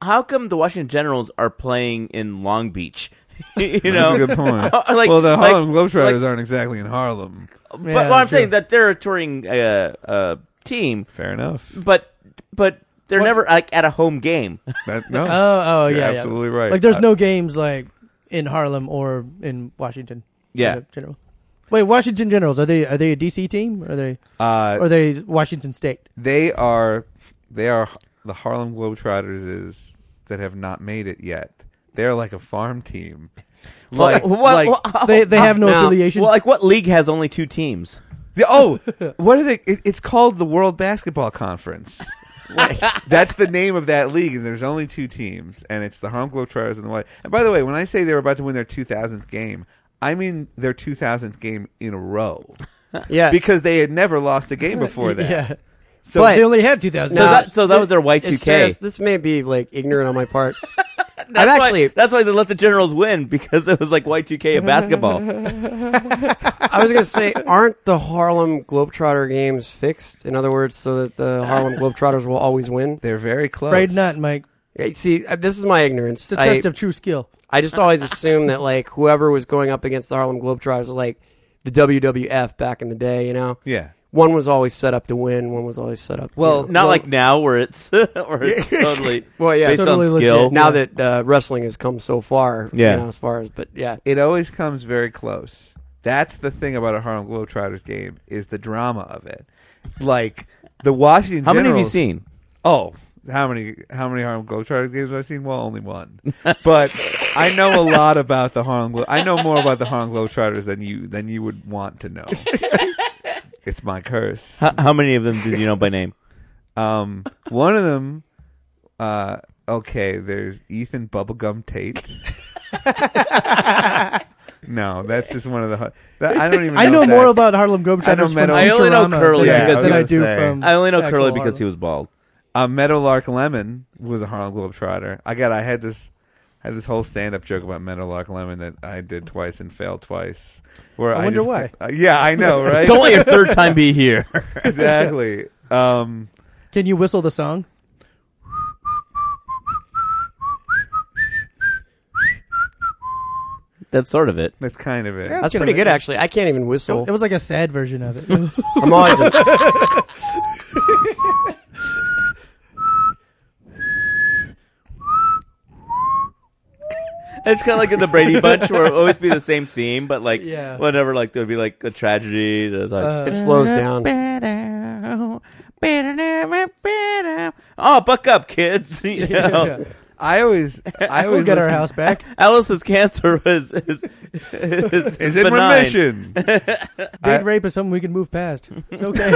how come the Washington Generals are playing in Long Beach? you know, That's a good point. Uh, like- well, the like- Harlem Globetrotters like- aren't exactly in Harlem. but Yeah, what I'm true. saying that they're a touring uh, uh, team, Fair enough. but but they're never like at a home game. That, no. Uh, oh, oh, You're yeah, yeah. absolutely right. Like, there's Uh, no games like in Harlem or in Washington. Yeah. in general. Wait, Washington Generals are they are they a DC team? Or are they Uh, or are they Washington State? they are they are the Harlem Globetrotters is that have not made it yet. They're like a farm team. Like, what, like what- They they have no no. affiliation. well, like what league has only two teams? the- oh, what are they? It, it's called the World Basketball Conference. That's the name of that league, and there's only two teams, and it's the Harlem Globetrotters and the White. And by the way, when I say they were about to win their 2000th game, I mean their 2000th game in a row Yeah, because they had never lost a game before that. yeah, So But- they only had two thousand. So, No. that, so that was their Y two it's K. serious. This may be like ignorant on my part. I'm That's actually, why, that's why they let the Generals win because it was like Y two K of basketball. I was gonna say, aren't the Harlem Globetrotter games fixed? In other words, so that the Harlem Globetrotters will always win. they're very close. Afraid not, Mike. Yeah, See, uh, this is my ignorance. It's a I- test of true skill. I just always assumed that like whoever was going up against the Harlem Globetrotters was like the WWF back in the day, you know? Yeah. One was always set up to win, one was always set up. Well, you know. Not like now where it's where it's totally Well, yeah. based Totally on legit. skill. now that uh, wrestling has come so far, Yeah. you know, as far as but yeah, it always comes very close. That's the thing about a Harlem Globetrotters game is the drama of it. Like the Washington. How many have you Generals- seen? Oh, how many? How many Harlem Globetrotters games have I seen? Well, only one. But I know a lot about the Harlem. Glo- I know more about the Harlem Globetrotters than you than you would want to know. it's my curse. How, how many of them did you know by name? Um, one of them. Uh, okay, there's Ethan Bubblegum Tate. no, that's just one of the. hu- That, I don't even. Know I know that. more about Harlem I know Globetrotters from Meadow- I only know Futurama Curly than- because than he I was do saying- from. I only know actual Curly because Harlem. he was bald. uh, Meadowlark Lemon was a Harlem Globetrotter. Again, I had this I had this whole stand up joke about Meadowlark Lemon that I did twice and failed twice. Where I wonder just- why. uh, yeah, I know, right? Don't let your third time be here. exactly. Um, Can you whistle the song? That's sort of it. that's kind of it. that's pretty eh? good actually. I can't even whistle. It was like a sad version of it. I'm always a, It's kind of like in the Brady Bunch, where it would always be the same theme, but like Yeah. whenever like there would be like a tragedy, there's like It slows down. oh, buck up, kids! You know, I always, I We'll always get our listen- house back. Alice's cancer is is is, Is in benign. remission. Dead rape is something we can move past. It's okay.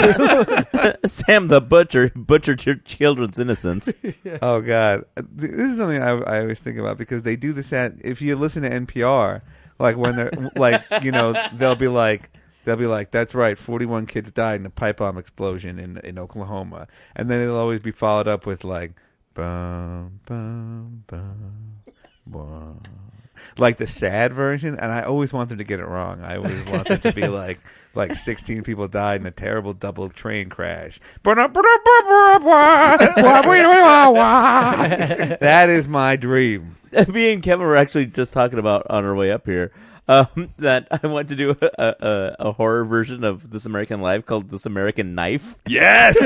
Sam the butcher butchered your children's innocence. Oh God, this is something I, I always think about because they do this at. If you listen to NPR, like when they're like, you know, they'll be like, they'll be like, "That's right, forty-one kids died in a pipe bomb explosion in in Oklahoma," and then it'll always be followed up with like, bum, bum, bum, bum. like the sad version. And I always want them to get it wrong. I always want them to be like. Like sixteen people died in a terrible double train crash. That is my dream. me and Kevin were actually just talking about on our way up here um, that I want to do a, a, a horror version of This American Life called This American Knife. Yes.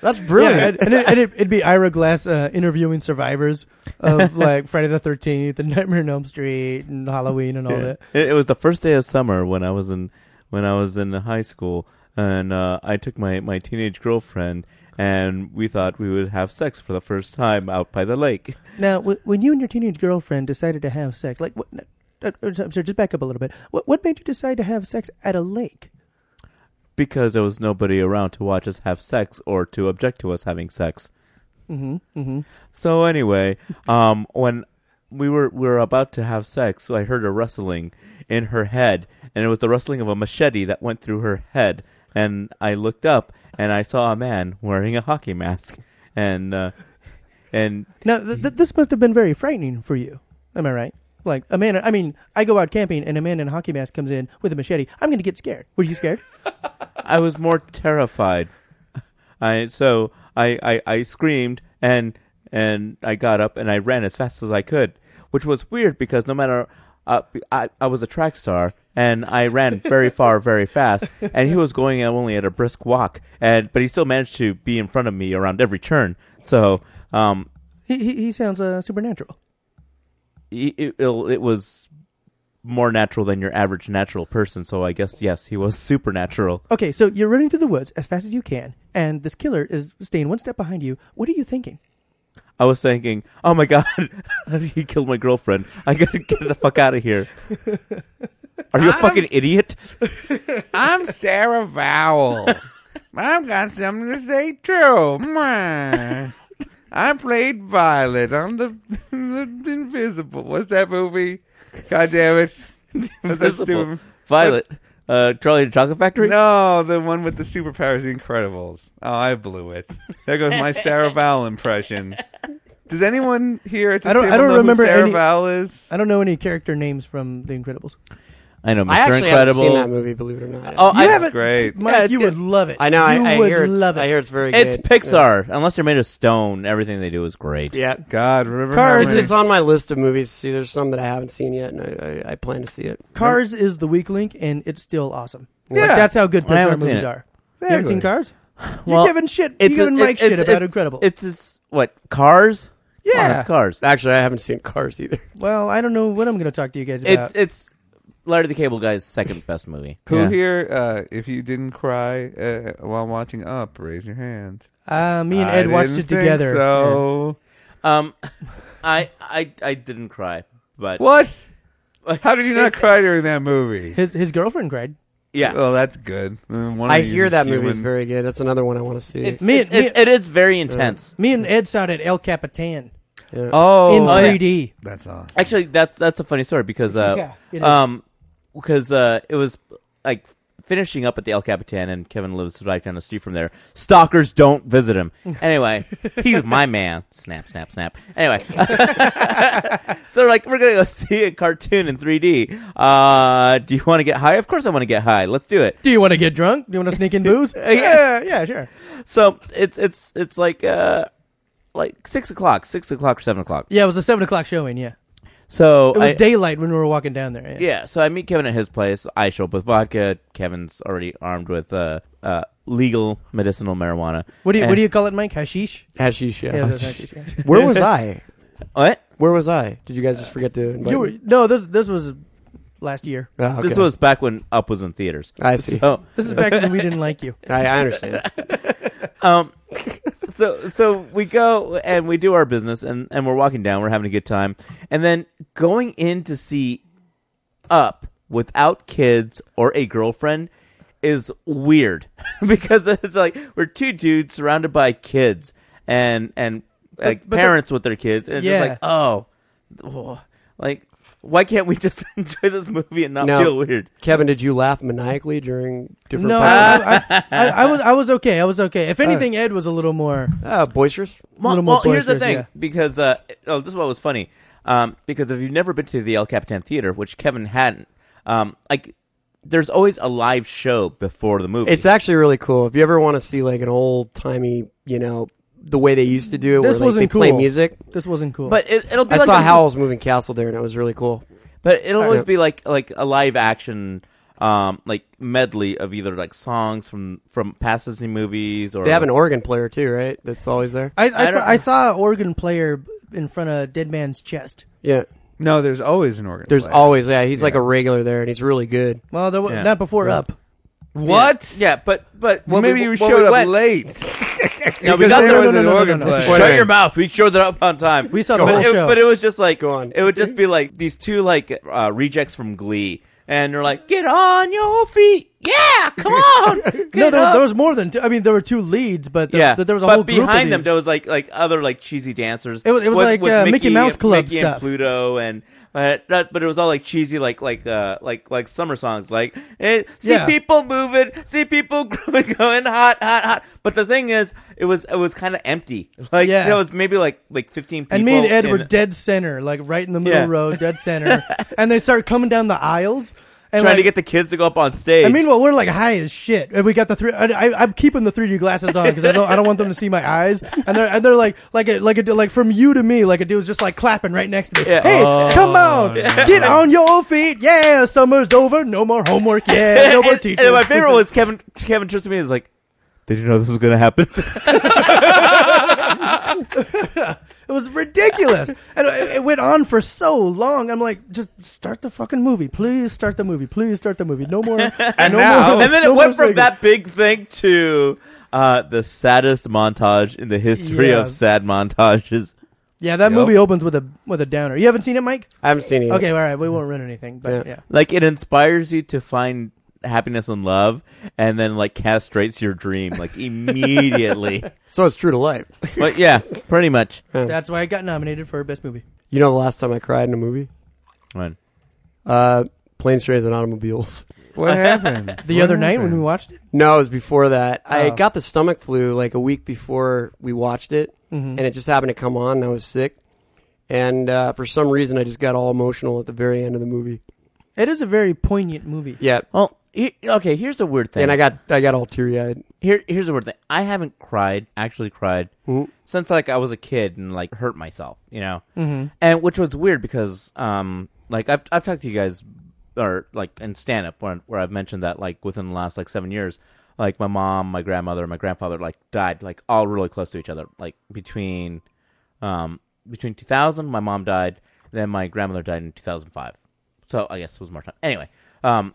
That's brilliant. and it, and it, it'd be Ira Glass uh, interviewing survivors of like Friday the Thirteenth and Nightmare on Elm Street and Halloween and all that. It, it was the first day of summer when I was in when I was in high school, and uh, I took my my teenage girlfriend, and we thought we would have sex for the first time out by the lake. Now, w- when you and your teenage girlfriend decided to have sex, like, what, uh, uh, I'm sorry, just back up a little bit. What, what made you decide to have sex at a lake? Because there was nobody around to watch us have sex or to object to us having sex. Mm-hmm. Mm-hmm. So anyway, um, when we were we were about to have sex, so I heard a rustling in her head, and it was the rustling of a machete that went through her head. And I looked up, and I saw a man wearing a hockey mask, and uh, and Now, th- th- this must have been very frightening for you. Am I right? Like a man. I mean, I go out camping and a man in a hockey mask comes in with a machete. I'm going to get scared. Were you scared? I was more terrified. I so I, I I screamed and and I got up and I ran as fast as I could, which was weird because no matter uh, I I was a track star and I ran very far very fast and he was going at- only at a brisk walk and but he still managed to be in front of me around every turn. So um he, he he sounds uh, supernatural. it, it, it'll- it was more natural than your average natural person. So I guess yes, he was supernatural. Okay, so you're running through the woods as fast as you can, and this killer is staying one step behind you. What are you thinking? I was thinking, oh my god, he killed my girlfriend. I gotta get the fuck out of here. Are you a fucking idiot? I'm Sarah Vowell. I've got something to say too. Mwah. I played Violet on the, the Invisible. What's that movie? God damn it! What's that Invisible. stupid- Violet, uh, Charlie and the Chocolate Factory. No, the one with the superpowers, The Incredibles. Oh, I blew it. There goes my Sarah Vowell impression. Does anyone here at the I don't- table I don't know remember who Sarah any- Vowell is? I don't know any character names from The Incredibles. I know Mr. I actually haven't Incredible. seen that movie, believe it or not. Oh, I, That's great. Mike, Yeah, it's you good. would love it. I know. You I, I would hear it's, love it. I hear it's very it's good. Pixar. Unless they're made of stone, everything they do is great. Yeah. God, remember how Cards It's, many- it's on my list of movies to see. There's some that I haven't seen yet, and I, I, I plan to see it. Cars is the weak link, and it's still awesome. Yeah. Like, that's how good I haven't Pixar seen movies it. are. You haven't seen Cars? Well, You're giving shit. You're giving Mike shit about Incredible. It's just, what Cars. Come on, Yeah. it's Cars. Actually, I haven't seen Cars either. well, I don't know what I'm going to talk to you guys about. It's it's Larry the Cable Guy's second best movie. Who Yeah. here, uh, if you didn't cry uh, while watching Up, raise your hand. uh, me and I Ed watched didn't it think together. So Um, I I I didn't cry, but what? How did you not cry during that movie? His his girlfriend cried. yeah, Oh, that's good. Uh, one I of you hear is that movie is human. very good. That's another one I want to see. Me and It- it- it is very intense. me and Ed saw it at El Capitan Oh, in yeah. 3D. that's awesome. Actually, that's that's a funny story because uh, Yeah, it is. um, because uh, it was like finishing up at the El Capitan, and Kevin lives right down the street from there. Stalkers don't visit him. Anyway, he's my man. Snap, snap, snap. Anyway, so they're like, we're gonna go see a cartoon in 3D. Uh, do you want to get high? Of course, I want to get high. Let's do it. Do you want to get drunk? Do you want to sneak in booze? yeah, yeah, sure. So it's it's it's like uh like six o'clock, six o'clock or seven o'clock. Yeah, it was the seven o'clock showing. Yeah, So it was I, daylight when we were walking down there. Yeah. yeah, so I meet Kevin at his place. I show up with vodka. Kevin's already armed with uh uh legal medicinal marijuana. What do you And- what do you call it, Mike? Hashish. Hashish, yeah. Yeah, it was hashish. yeah. Where was I? what? Where was I? Did you guys just forget to invite You were, me? no, this this was last year. Ah, This okay. was back when Up was in theaters. Oh. I see. So, This is back when we didn't like you. I, I understand. um, so so we go and we do our business, and and we're walking down, we're having a good time, and then going in to see Up without kids or a girlfriend is weird because it's like we're two dudes surrounded by kids and and like but the- parents with their kids, and it's Yeah. just like oh, oh, like why can't we just enjoy this movie and not Now- feel weird? Kevin, did you laugh maniacally during different? No, parts? I, I, I, I was I was okay. I was okay. If anything, Ed was a little more. Ah, boisterous. Well, little more well, here's the boisterous, thing, yeah. because uh, oh, this is what was funny. Um, because if you've never been to the El Capitan Theater, which Kevin hadn't, um, like there's always a live show before the movie. It's actually really cool. If you ever want to see like an old timey, you know, the way they used to do it, This where like, they wasn't play cool. music. This wasn't cool. but it, it'll be I like saw a- Howl's Moving Castle there, and it was really cool. but it'll always don't- be like like a live action. Um, like medley of either like songs from from past Disney movies or They have an organ player too, right? That's always there. I I, I saw, don't- I saw an organ player in front of Dead Man's Chest. Yeah, No, there's always an organ. there's player. always yeah. He's like a regular there, and he's really good. Well, there was, Yeah. not before Up. what? yeah, but but Well, when maybe we- you when showed we up went- late. No, we Because got there there. was no, an no, no, organ no, no. player. Shut your mouth. We showed it up on time. We saw the but whole it, show. But it was just like Go on. It would just be like these two like uh, rejects from Glee, and they're like, "Get on your feet, yeah, come on." Get No, there, up." there was more than two. I mean, there were two leads, but there, yeah, but there was a but whole group behind of them these. there was like like other like cheesy dancers. It was- it was with- like, with uh, Mickey Mouse and- Club Mickey stuff. and Pluto and. Uh, that- but it was all like cheesy, like like uh, like like summer songs, like eh, see Yeah. people moving, see people going, going hot, hot, hot. But the thing is, it was it was kind of empty. Like Yeah. there was maybe like like fifteen. people and me and Ed were in- dead center, like right in the middle Yeah. row, dead center. and they start coming down the aisles and trying like, to get the kids to go up on stage. I mean, well, we're like high as shit, and we got the three. I, I, I'm keeping the 3D glasses on because I don't, I don't want them to see my eyes. And they're, and they're like, like, a, like, a, like from you to me, like a dude's just like clapping right next to me. Yeah. Oh, Hey, come on, get on your feet. Yeah, summer's over. No more homework. Yeah, no more and, teachers. and my favorite was Kevin. Kevin turns to me and is like, "Did you know this was going to happen?" It was ridiculous, and it, it went on for so long. I'm like, just start the fucking movie, please. Start the movie, please. Start the movie. No more. and no now- more, and then no it more went from singing. that big thing to uh, the saddest montage in the history Yeah. of sad montages. Yeah, that Yep. movie opens with a with a downer. You haven't seen it, Mike? I haven't seen it. yet. Okay, all right. We won't ruin anything, but Yeah. yeah. Like it inspires you to find happiness and love, and then like castrates your dream like immediately. so it's true to life. but yeah, pretty much. That's why I got nominated for best movie. You know, the last time I cried in a movie, Right. uh, Planes, Trains, and Automobiles. What happened? The other night when we watched it, No, it was before that. I Oh. got the stomach flu like a week before we watched it, and it just happened to come on, and I was sick. And uh, for some reason, I just got all emotional at the very end of the movie. it is a very poignant movie. Yeah, Well, he, okay. Here's the weird thing. and I got I got all teary eyed. Here, here's the word thing. I haven't cried, actually cried, since like I was a kid and like hurt myself, you know, mm-hmm. and which was weird because um like I've I've talked to you guys or like in stand up where where I've mentioned that like within the last like seven years, like my mom, my grandmother, my grandfather like died like all really close to each other, like between um between 2000 my mom died, then my grandmother died in 2005, so I guess it was more time anyway. Um,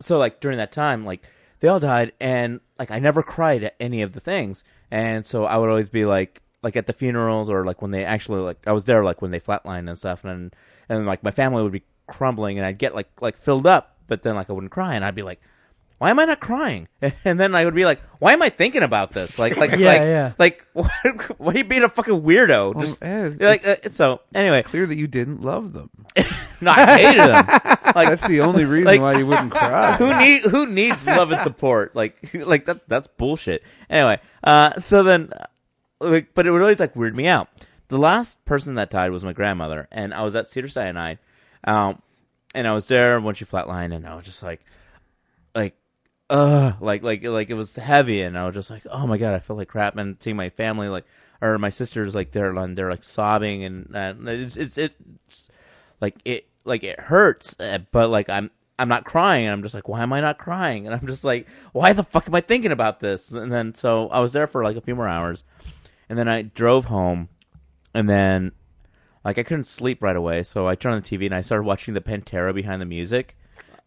so like during that time like they all died and like i never cried at any of the things and so i would always be like like at the funerals or like when they actually like i was there like when they flatlined and stuff and and like my family would be crumbling and i'd get like like filled up but then like i wouldn't cry and i'd be like why am I not crying? And then I would be like, why am I thinking about this? Like, like, Yeah, like, yeah. like, why are you being a fucking weirdo? Just, eh, like, uh, so anyway, Clear that you didn't love them. no, I hated them. Like, That's the only reason Like- why you wouldn't cry. who need who needs love and support? Like like that that's bullshit. Anyway, uh, so then, uh, like, but it would always like weird me out. The last person that died was my grandmother, and I was at Cedar Cyanide, um, and I was there when she flatlined, and I was just like, like, uh, like like like it was heavy, and I was just like, oh my god, I feel like crap, and seeing my family like. Or my sisters like they're like, they're like sobbing and uh, it's, it's it's like it like it hurts uh, but like i'm i'm not crying and i'm just like why am i not crying and i'm just like why the fuck am i thinking about this and then so i was there for like a few more hours and then i drove home and then Like I couldn't sleep right away, so I turned on the TV and I started watching the Pantera behind the music.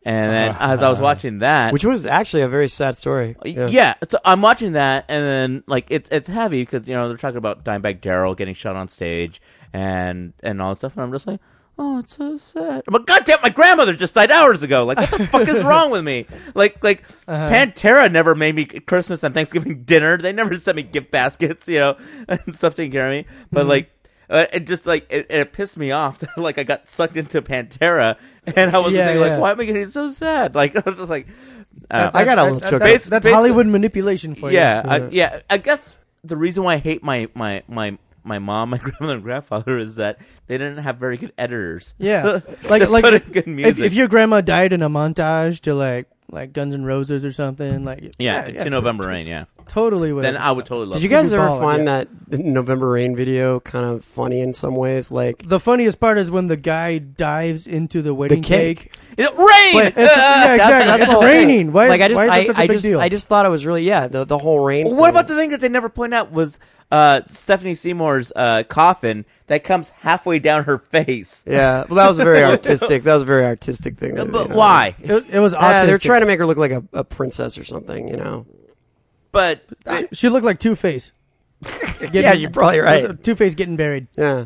And then as I was watching that, which was actually a very sad story. yeah, so I'm watching that, and then like it's it's heavy because you know they're talking about Dimebag Daryl getting shot on stage and and all that stuff, and I'm just like. Oh, it's so sad. But goddamn, my grandmother just died hours ago. Like, what the fuck is wrong with me? Like, like Pantera never made me Christmas and Thanksgiving dinner. They never sent me gift baskets, you know, and stuff taking care of me. But like, uh, it just like it, it pissed me off. That, like, I got sucked into Pantera, and I was Yeah, thinking, yeah. like, why am I getting so sad? Like, I was just like, uh, I got a little That- choked that- up. That's Basi- Hollywood manipulation for you. yeah, I, yeah. I guess the reason why I hate my my my my mom, my grandmother, and grandfather is that they didn't have very good editors. Yeah, like like like put in good music. if, if your grandma died in a montage to like like Guns N' Roses or something, like yeah, to November Rain. Yeah, totally would. then I would totally love. Did you it. guys ever Baller, find that November Rain video kind of funny in some ways? Like the funniest part is when the guy dives into the wedding cake. Is it rain? But it's- Ah! yeah, exactly. that's it's the whole thing. raining. Why is, like I just, why is that I, such a I big just, deal? I just thought it was really yeah. The, the whole rain. What about the thing that they never point out was uh, Stephanie Seymour's uh, coffin that comes halfway down her face? Yeah, well, that was a very artistic. That was a very artistic thing. that- But you know. why? it, it was Uh, autistic. they're trying to make her look like a, a princess or something, you know. But She looked like Two Face. Yeah, you're probably right. Two Face getting buried. Yeah,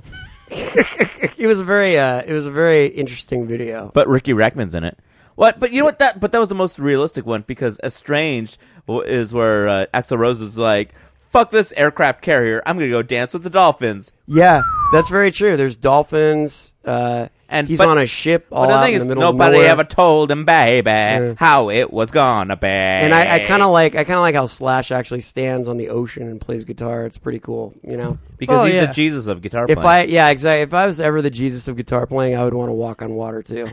it was a very, uh, it was a very interesting video. but Ricky Rackman's in it. What? But you know what? That but that was the most realistic one because "Estranged" w- is where uh, Axl Rose is like, "Fuck this aircraft carrier! I'm gonna go dance with the dolphins." Yeah, that's very true. There's dolphins. Uh, And and he's but- on a ship all but the out thing in is, the middle of nobody nowhere. ever told him, baby, how it was gonna be. and I, I kind of like, I kind of like how Slash actually stands on the ocean and plays guitar. It's pretty cool, you know. because Oh, he's yeah. the Jesus of guitar If I, playing. yeah, exactly. If I was ever the Jesus of guitar playing, I would want to walk on water too,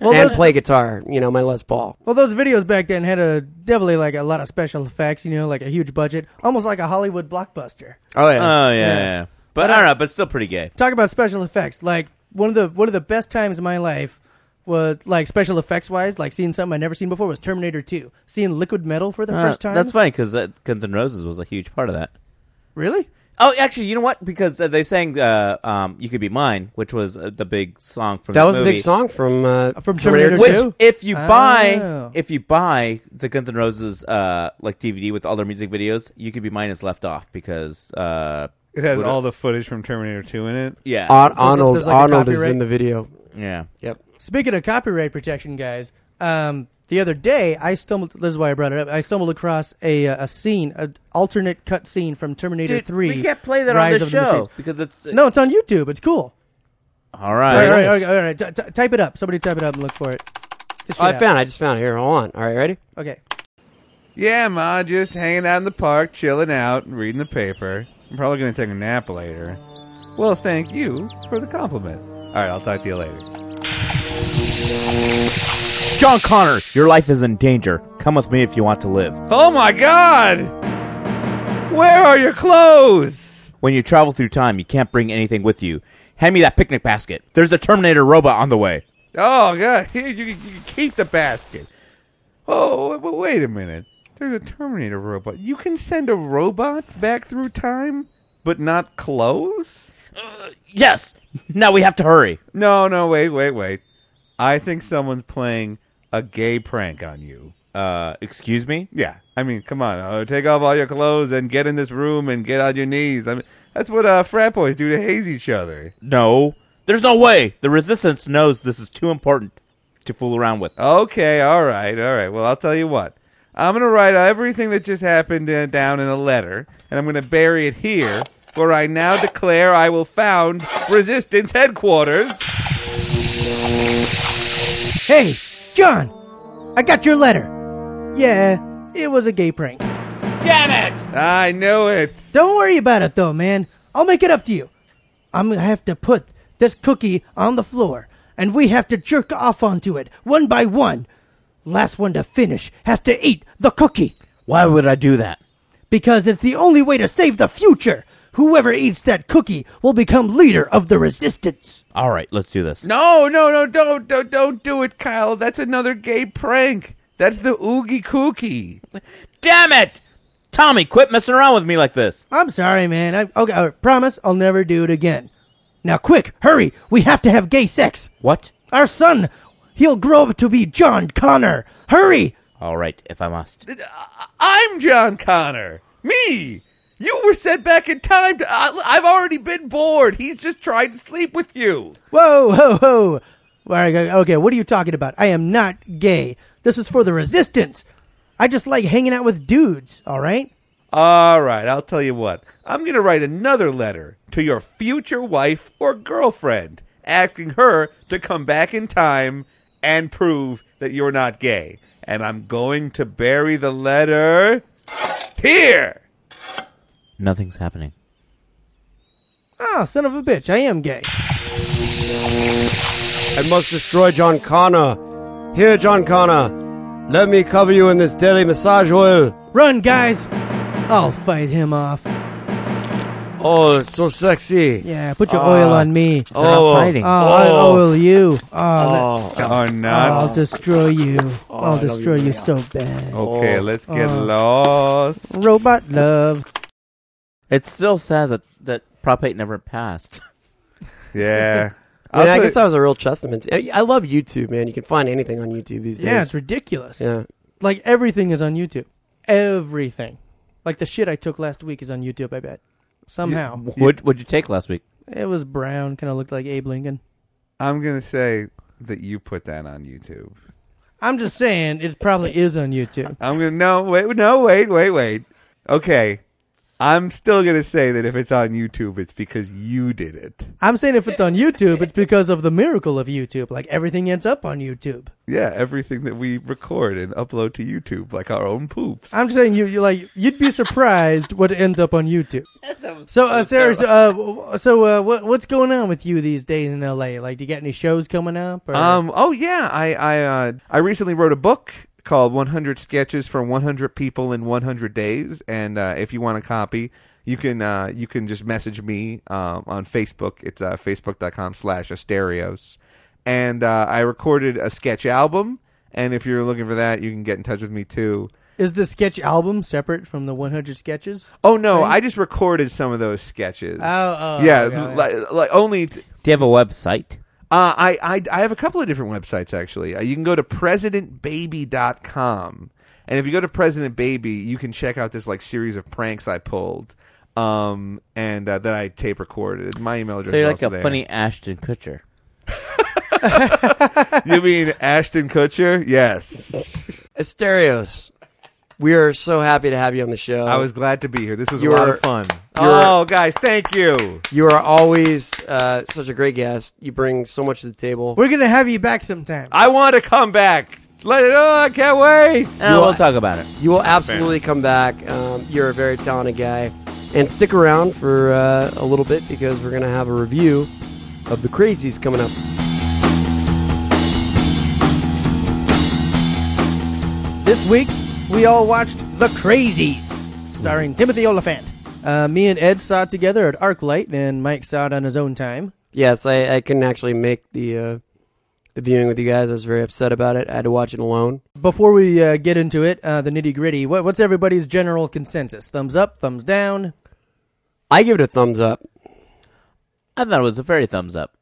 and play guitar. You know, my Les Paul. Well, those videos back then had a definitely like a lot of special effects. You know, like a huge budget, almost like a Hollywood blockbuster. Oh yeah. oh yeah, yeah. yeah. But I don't know. But still pretty gay. Talk about special effects. Like one of the one of the best times of my life was like special effects wise, like seeing something I'd never seen before was Terminator Two. Seeing liquid metal for the Ah, Uh, first time. That's funny because uh, Guns N' Roses was a huge part of that. really. Oh, actually, you know what? Because uh, they sang uh, um, "You Could Be Mine," which was uh, the big song from That the was a movie. big song from uh, From Terminator two. Which- Which, too? if you buy, Oh. if you buy the Guns N' Roses uh, like DVD with all their music videos, you could be mine is left off because uh, It has would- all the footage from Terminator 2 in it. yeah, Ar- Arnold there's like a Arnold is copyright. in the video. yeah. Yep. Speaking of copyright protection, guys, um, the other day I stumbled. This is why I brought it up. I stumbled across a uh, a scene, an alternate cut scene from Terminator Dude, Three. we can't play that Rise on of this the show Machines. because it's uh, No, it's on YouTube. It's cool. All All right, right, all right, all right. all right. T- t- type it up. Somebody type it up and look for it. This shit Oh, I out. found. it. I just found it here. Hold on. All right, ready? Okay. Yeah, Ma, just hanging out in the park, chilling out, reading the paper. I'm probably going to take a nap later. Well, thank you for the compliment. All right, I'll talk to you later. John Connor, your life is in danger. Come with me if you want to live. Oh my god! Where are your clothes? When you travel through time, you can't bring anything with you. Hand me that picnic basket. There's a Terminator robot on the way. Oh god, here, you, you can keep the basket. Oh, but wait a minute. There's a Terminator robot. You can send a robot back through time, but not clothes? Yes. Now we have to hurry. No, no, wait, wait, wait. I think someone's playing a gay prank on you. Uh, excuse me. Yeah, I mean, come on, uh, take off all your clothes and get in this room and get on your knees. I mean, that's what uh, frat boys do to haze each other. No. There's no way. The resistance knows this is too important to fool around with. Okay, all right, all right. Well, I'll tell you what. I'm gonna write everything that just happened uh, down in a letter, and I'm gonna bury it here, where I now declare I will found Resistance Headquarters. Hey, John, I got your letter. Yeah, it was a gay prank. I know it. Don't worry about it though, man. I'll make it up to you. I'm gonna have to put this cookie on the floor, and we have to jerk off onto it one by one. Last one to finish has to eat the cookie Why would I do that? because it's the only way to save the future. Whoever eats that cookie will become leader of the resistance. All right, let's do this. No, no, no, don't, don't, don't do it, Kyle. That's another gay prank. That's the Oogie Kookie. Damn it! Tommy, quit messing around with me like this. I'm sorry, man. I, okay, I promise I'll never do it again. Now, quick, hurry! We have to have gay sex. What? Our son, he'll grow up to be John Connor. Hurry! All right, if I must. I'm John Connor. Me. You were sent back in time. To, I, I've already been bored. He's just trying to sleep with you. Whoa, ho, ho! All right, okay. What are you talking about? I am not gay. This is for the resistance. I just like hanging out with dudes. All right. All right, I'll tell you what. I'm going to write another letter to your future wife or girlfriend asking her to come back in time and prove that you're not gay. And I'm going to bury the letter here. Nothing's happening. Oh, son of a bitch! I am gay. I must destroy John Connor. Here, John Connor. Let me cover you in this daily massage oil. Run, guys! I'll fight him off. Oh, it's so sexy. Yeah, put your oil on me. Oh, not fighting. Ah. Oh, I'll oil you. Oh, that- Or I'll not. destroy you. I'll destroy you so bad. Oh, Okay, let's get lost. Robot love. It's still sad that, that Prop 8 never passed. Yeah. Man, I I'll guess tell that was a real testament. to- I I love YouTube, man. You can find anything on YouTube these days. Yeah, it's ridiculous. yeah. Like everything is on YouTube. Everything. Like the shit I took last week is on YouTube. I bet. Somehow What would you take last week? it was brown. Kind of looked like Abe Lincoln. I'm going to say that you put that on YouTube. I'm just saying it probably is on YouTube. I'm gonna no wait no wait wait wait. Okay, I'm still gonna say that if it's on YouTube, it's because you did it. I'm saying if it's on YouTube, it's because of the miracle of YouTube. Like everything ends up on YouTube. Yeah, everything that we record and upload to YouTube, like our own poops. I'm just saying you you like you'd be surprised what ends up on YouTube. So uh, Sarah, so, uh, w- so uh, what what's going on with you these days in LA? Like, do you got any shows coming up? Or? um. Oh yeah, I I uh, I recently wrote a book called 100 Sketches for 100 People in 100 Days, and uh, if you want a copy. You can uh, you can just message me um, on Facebook. It's uh, facebook.com slash asterios. And uh, I recorded a sketch album. And if you're looking for that, you can get in touch with me too. is the sketch album separate from the 100 sketches? Oh no, I just recorded some of those sketches. Oh, oh, yeah, okay, yeah. Like, like only. Th- Do you have a website? uh, I, I I have a couple of different websites actually. Uh, you can go to presidentbaby.com. And if you go to President Baby, you can check out this like series of pranks I pulled um and uh, that I tape recorded. My email address So you're is like also a there. funny Ashton Kutcher. You mean Ashton Kutcher? Yes. Asterios, we are so happy to have you on the show. I was glad to be here. This was You a lot were- of fun. you were- Oh, guys, thank you. You are always uh, such a great guest. You bring so much to the table. We're gonna have you back sometime. I want to come back. Let it oh, I can't wait. Uh, we'll talk about it. You will absolutely come back. Um, you're a very talented guy. And stick around for uh, a little bit because we're going to have a review of The Crazies coming up. This week we all watched The Crazies, starring Timothy Oliphant. Uh, me and Ed saw it together at ArcLight, and Mike saw it on his own time. Yes, I, I couldn't actually make the, uh, the viewing with you guys. I was very upset about it. I had to watch it alone. Before we uh, get into it, uh, the nitty gritty. What, what's everybody's general consensus? Thumbs up, thumbs down. I give it a thumbs up. I thought it was a very thumbs up.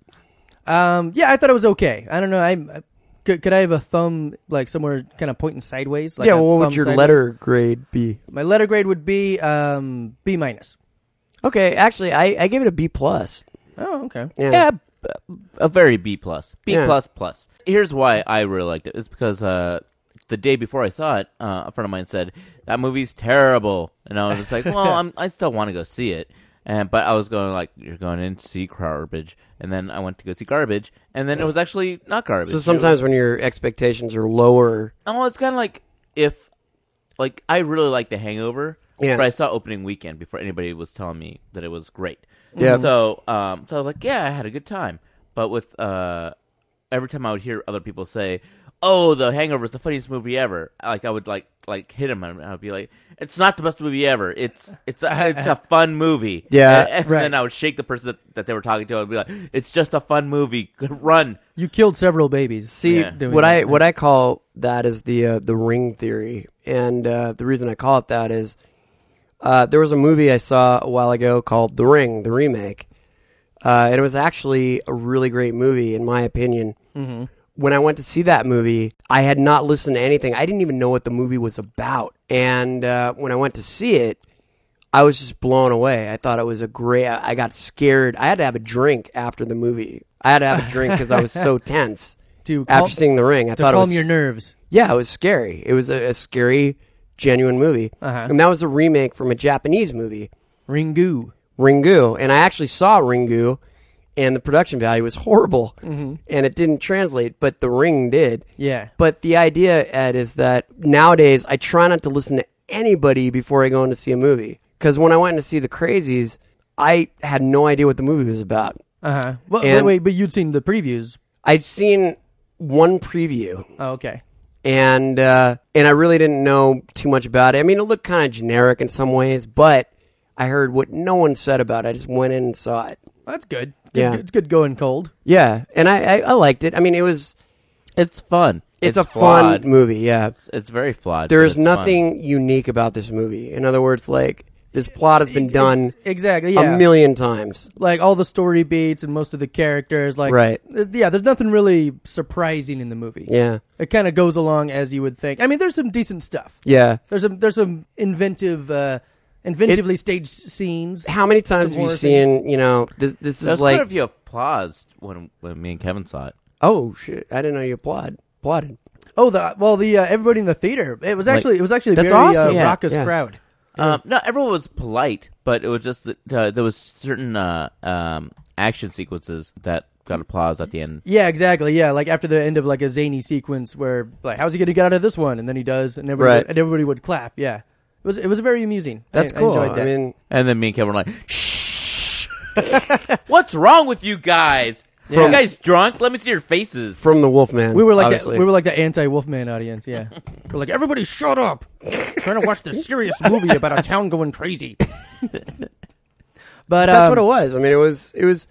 Um, yeah, I thought it was okay. I don't know. I, I could, could I have a thumb like somewhere kind of pointing sideways? Like yeah, a what thumb would your sideways? letter grade be? My letter grade would be um, B minus. Okay, actually, I, I gave it a B plus. Oh, okay. Yeah. Yeah, b- a very B plus, B Yeah. plus plus. Here's why I really liked it. It's because uh, the day before I saw it, uh, a friend of mine said that movie's terrible, and I was just like, well, I'm, I still want to go see it. And but I was going like, you're going in to see garbage, and then I went to go see garbage, and then it was actually not garbage. So sometimes when your expectations are lower, oh, it's kind of like if like I really like The Hangover, Yeah. but I saw opening weekend before anybody was telling me that it was great. Yeah. So um, so I was like, yeah, I had a good time. But with uh, every time I would hear other people say, "Oh, The Hangover is the funniest movie ever," like I would like like hit him. I would be like, "It's not the best movie ever. It's it's a, it's a fun movie." Yeah, And, and right. then I would shake the person that, that they were talking to. I'd be like, "It's just a fun movie. Run." You killed several babies. See Yeah. doing what I that. what I call that is the uh, the ring theory, and uh, the reason I call it that is uh, there was a movie I saw a while ago called The Ring, the remake, Uh, and it was actually a really great movie, in my opinion. When I went to see that movie, I had not listened to anything. I didn't even know what the movie was about. And uh, when I went to see it, I was just blown away. I thought it was a great. I I got scared. I had to have a drink after the movie. I had to have a drink because I was so tense To after calm- seeing The Ring. I to thought it calm was your nerves. yeah, it was scary. It was a, a scary, genuine movie, Uh-huh. and that was a remake from a Japanese movie, Ringu. Ringu. And I actually saw Ringu, and the production value was horrible, and it didn't translate, but The Ring did. Yeah. But the idea, Ed, is that nowadays I try not to listen to anybody before I go in to see a movie. Because when I went in to see The Crazies, I had no idea what the movie was about. Uh huh. Well, wait, And- wait, but you'd seen the previews. I'd seen one preview, Oh, okay. and uh, and I really didn't know too much about it. I mean, it looked kind of generic in some ways, but I heard what no one said about it. I just went in and saw it. Well, that's good. It's good. Yeah. It's good going cold. Yeah, and I, I, I liked it. I mean, it was It's fun. it's, a flawed. fun movie. Yeah, It's very flawed. there but is it's fun. nothing unique about this movie. In other words, like this plot has been done Exactly. Yeah. a million times. like all the story beats and most of the characters. Like Right. th- Yeah. There's nothing really surprising in the movie. Yeah, It kind of goes along as you would think. I mean, there's some decent stuff. yeah. There's some there's some inventive, uh, inventively staged scenes. How many times Some have you horror seen? You know, this this There's is like quite a few applause when when me and Kevin saw it. oh shit! I didn't know you applaud applauded. Oh, the well, the uh, everybody in the theater. It was actually it was actually a That's very awesome. uh, Yeah, raucous yeah. crowd. Um, no, everyone was polite, but it was just that uh, there was certain uh, um, action sequences that got applause at the end. Yeah, exactly. Yeah, like after the end of like a zany sequence where like how's he going to get out of this one, and then he does, and everybody Right. would, and everybody would clap. Yeah, it was it was very amusing. I- That's cool. I, I, enjoyed that. mean, And then me and Kevin were like, "Shh, what's wrong with you guys? you guys drunk? Let me see your faces." from the Wolfman. we were like that, obviously. we were like the anti Wolfman audience. Yeah, We're like, everybody shut up. trying to watch this serious movie about a town going crazy. but That's um, what it was. I mean, it was it was,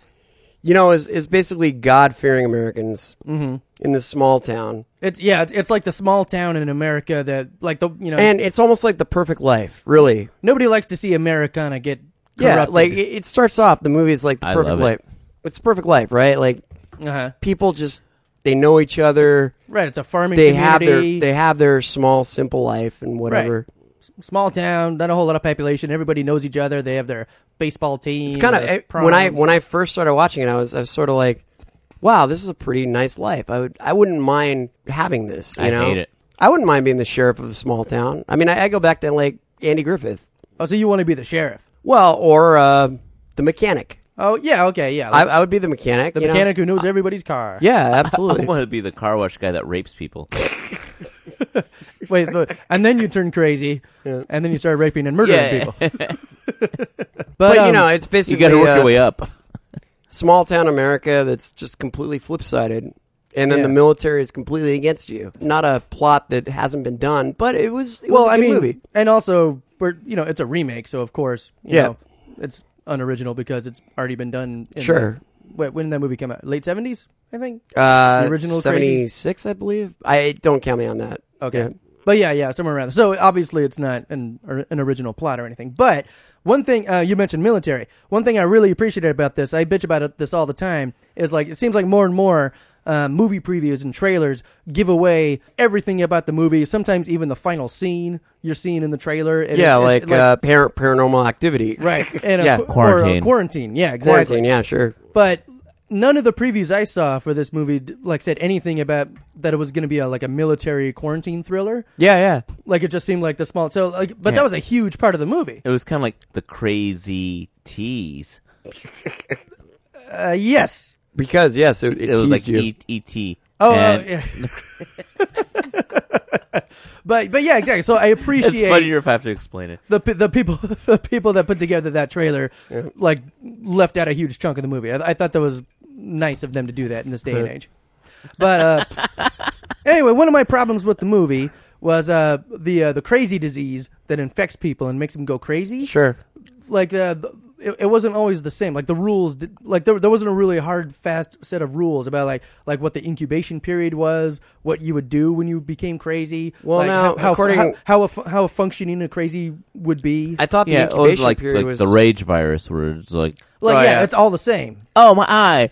you know, it's it's basically God fearing Americans Mm-hmm. in this small town, it's yeah, it's, it's like the small town in America that like the you know and it's almost like the perfect life, really. nobody likes to see Americana get Yeah, corrupted. like it, it starts off the movie is like the I perfect love it. life. It's the perfect life, right? Like uh-huh. people just they know each other. right, it's a farming They have community. their they have their small simple life and whatever. small town, not a whole lot of population. Everybody knows each other. They have their baseball team. It's kind of eh, when I when I first started watching it, I was I was sort of like, wow, this is a pretty nice life. I would I wouldn't mind having this. You I know, hate it. I wouldn't mind being the sheriff of a small town. I mean, I, I go back to like Andy Griffith. oh, so you want to be the sheriff? Well, or uh, the mechanic. Oh yeah, okay, yeah. I, Like, I would be the mechanic. the you know? mechanic who knows everybody's car. Yeah, I absolutely. want to be the car wash guy that rapes people. Wait, but, and then you turn crazy, and then you start raping and murdering yeah, people. but you um, know, it's you basically got to work uh, your way up. small town America that's just completely flip sided. And then Yeah. the military is completely against you. Not a plot that hasn't been done, but it was, it was well, a I good mean, movie. and also we're you know it's a remake, so of course, you Yeah. know, it's unoriginal because it's already been done. In Sure. The, wait, when did that movie come out? Late seventies, I think. Uh, The original seventy six, I believe. I don't count me on that. Okay. Yeah. But yeah, yeah, somewhere around. there. So obviously, it's not an or an original plot or anything. But one thing uh, you mentioned military. One thing I really appreciated about this, I bitch about it, this all the time, is like it seems like more and more uh, movie previews and trailers give away everything about the movie. Sometimes even the final scene you're seeing in the trailer. And yeah, it- like, it's- uh, par- paranormal activity. right, and yeah, a, qu- or a quarantine. quarantine. Yeah, exactly Quarantine. Yeah, sure. but none of the previews I saw for this movie d- like said anything about that it was going to be a, like a military quarantine thriller. Yeah, yeah. Like it just seemed like the small. So like, but that Yeah. was a huge part of the movie. It was kind of like the crazy tease. Uh, yes. Because yes, it, it, It was teased like you. E- ET. Oh, and oh, yeah. but but yeah, exactly. So I it's appreciate funnier if I have to explain it. the pe- the people the people that put together that trailer like left out a huge chunk of the movie. I, I thought that was nice of them to do that in this day and age. But uh, anyway, one of my problems with the movie was uh, the uh, the crazy disease that infects people and makes them go crazy. Sure. Like uh, th- it, it wasn't always the same. Like the rules, did, like there, there wasn't a really hard, fast set of rules about like like what the incubation period was, what you would do when you became crazy. Well, like, now, how how, according- how, how, a, fu- how functioning a crazy would be I thought the Yeah, it incubation was like period the, was the rage virus, where it's like Like, Oh, yeah, yeah. it's all the same. Oh my eye!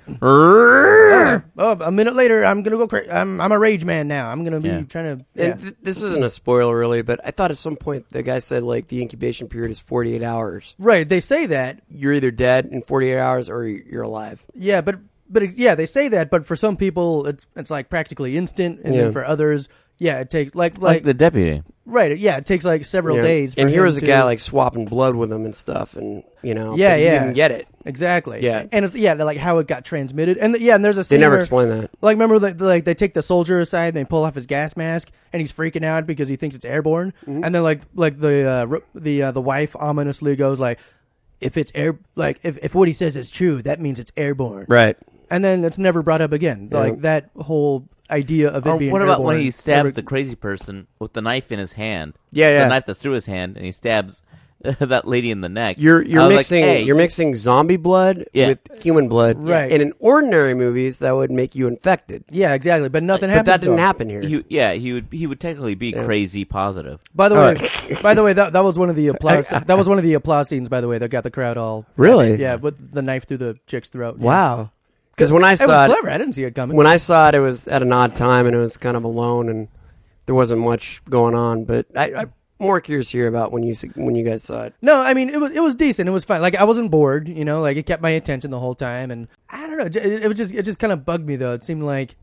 Oh, a minute later, I'm gonna go crazy. I'm, I'm a rage man now. I'm gonna be Yeah. trying to. Yeah. And th- this isn't a spoiler really, but I thought at some point the guy said like the incubation period is 48 hours. right, they say that. You're either dead in 48 hours or you're alive. Yeah, but but it's- yeah, they say that. But for some people, it's it's like practically instant, and Yeah. then for others, yeah, it takes like like, Like the deputy. right. Yeah, it takes like several Yeah. days. For And here him was a to- guy like swapping blood with him and stuff, and you know, Yeah, but he yeah. didn't get it. Exactly. Yeah. and it's yeah, like how it got transmitted, and yeah, and there's a They scene never where- explain that. Like remember, like, like they take the soldier aside and they pull off his gas mask, and he's freaking out because he thinks it's airborne. Mm-hmm. And then like like the uh, ro- the uh, the wife ominously goes like, "If it's air, like if, if what he says is true, that means it's airborne." Right. And then it's never brought up again. Like that whole idea of it Oh, Or being. what about when airborne he stabs never- the crazy person with the knife in his hand? Yeah, yeah. The knife that's through his hand, and he stabs that lady in the neck. You're you're I was like, mixing hey, you're mixing zombie blood Yeah. with human blood, Right. And in ordinary movies, that would make you infected, Yeah, exactly. But nothing but happened. that didn't happen here. He, yeah, he would he would technically be crazy positive. By the way, by the way, that, that was one of the applause. that was one of the applause scenes. By the way, that got the crowd all Really? Yeah, with the knife through the chick's throat. Yeah. wow. Because when I It saw was it, clever. I didn't see it coming. when I saw it, it was at an odd time and it was kind of alone and there wasn't much going on. But I, I'm more curious to hear about when you s- when you guys saw it. no, I mean it was it was decent. It was fun. Like I wasn't bored. You know, like it kept my attention the whole time. And I don't know. j- It, it was just it just kind of bugged me though. It seemed like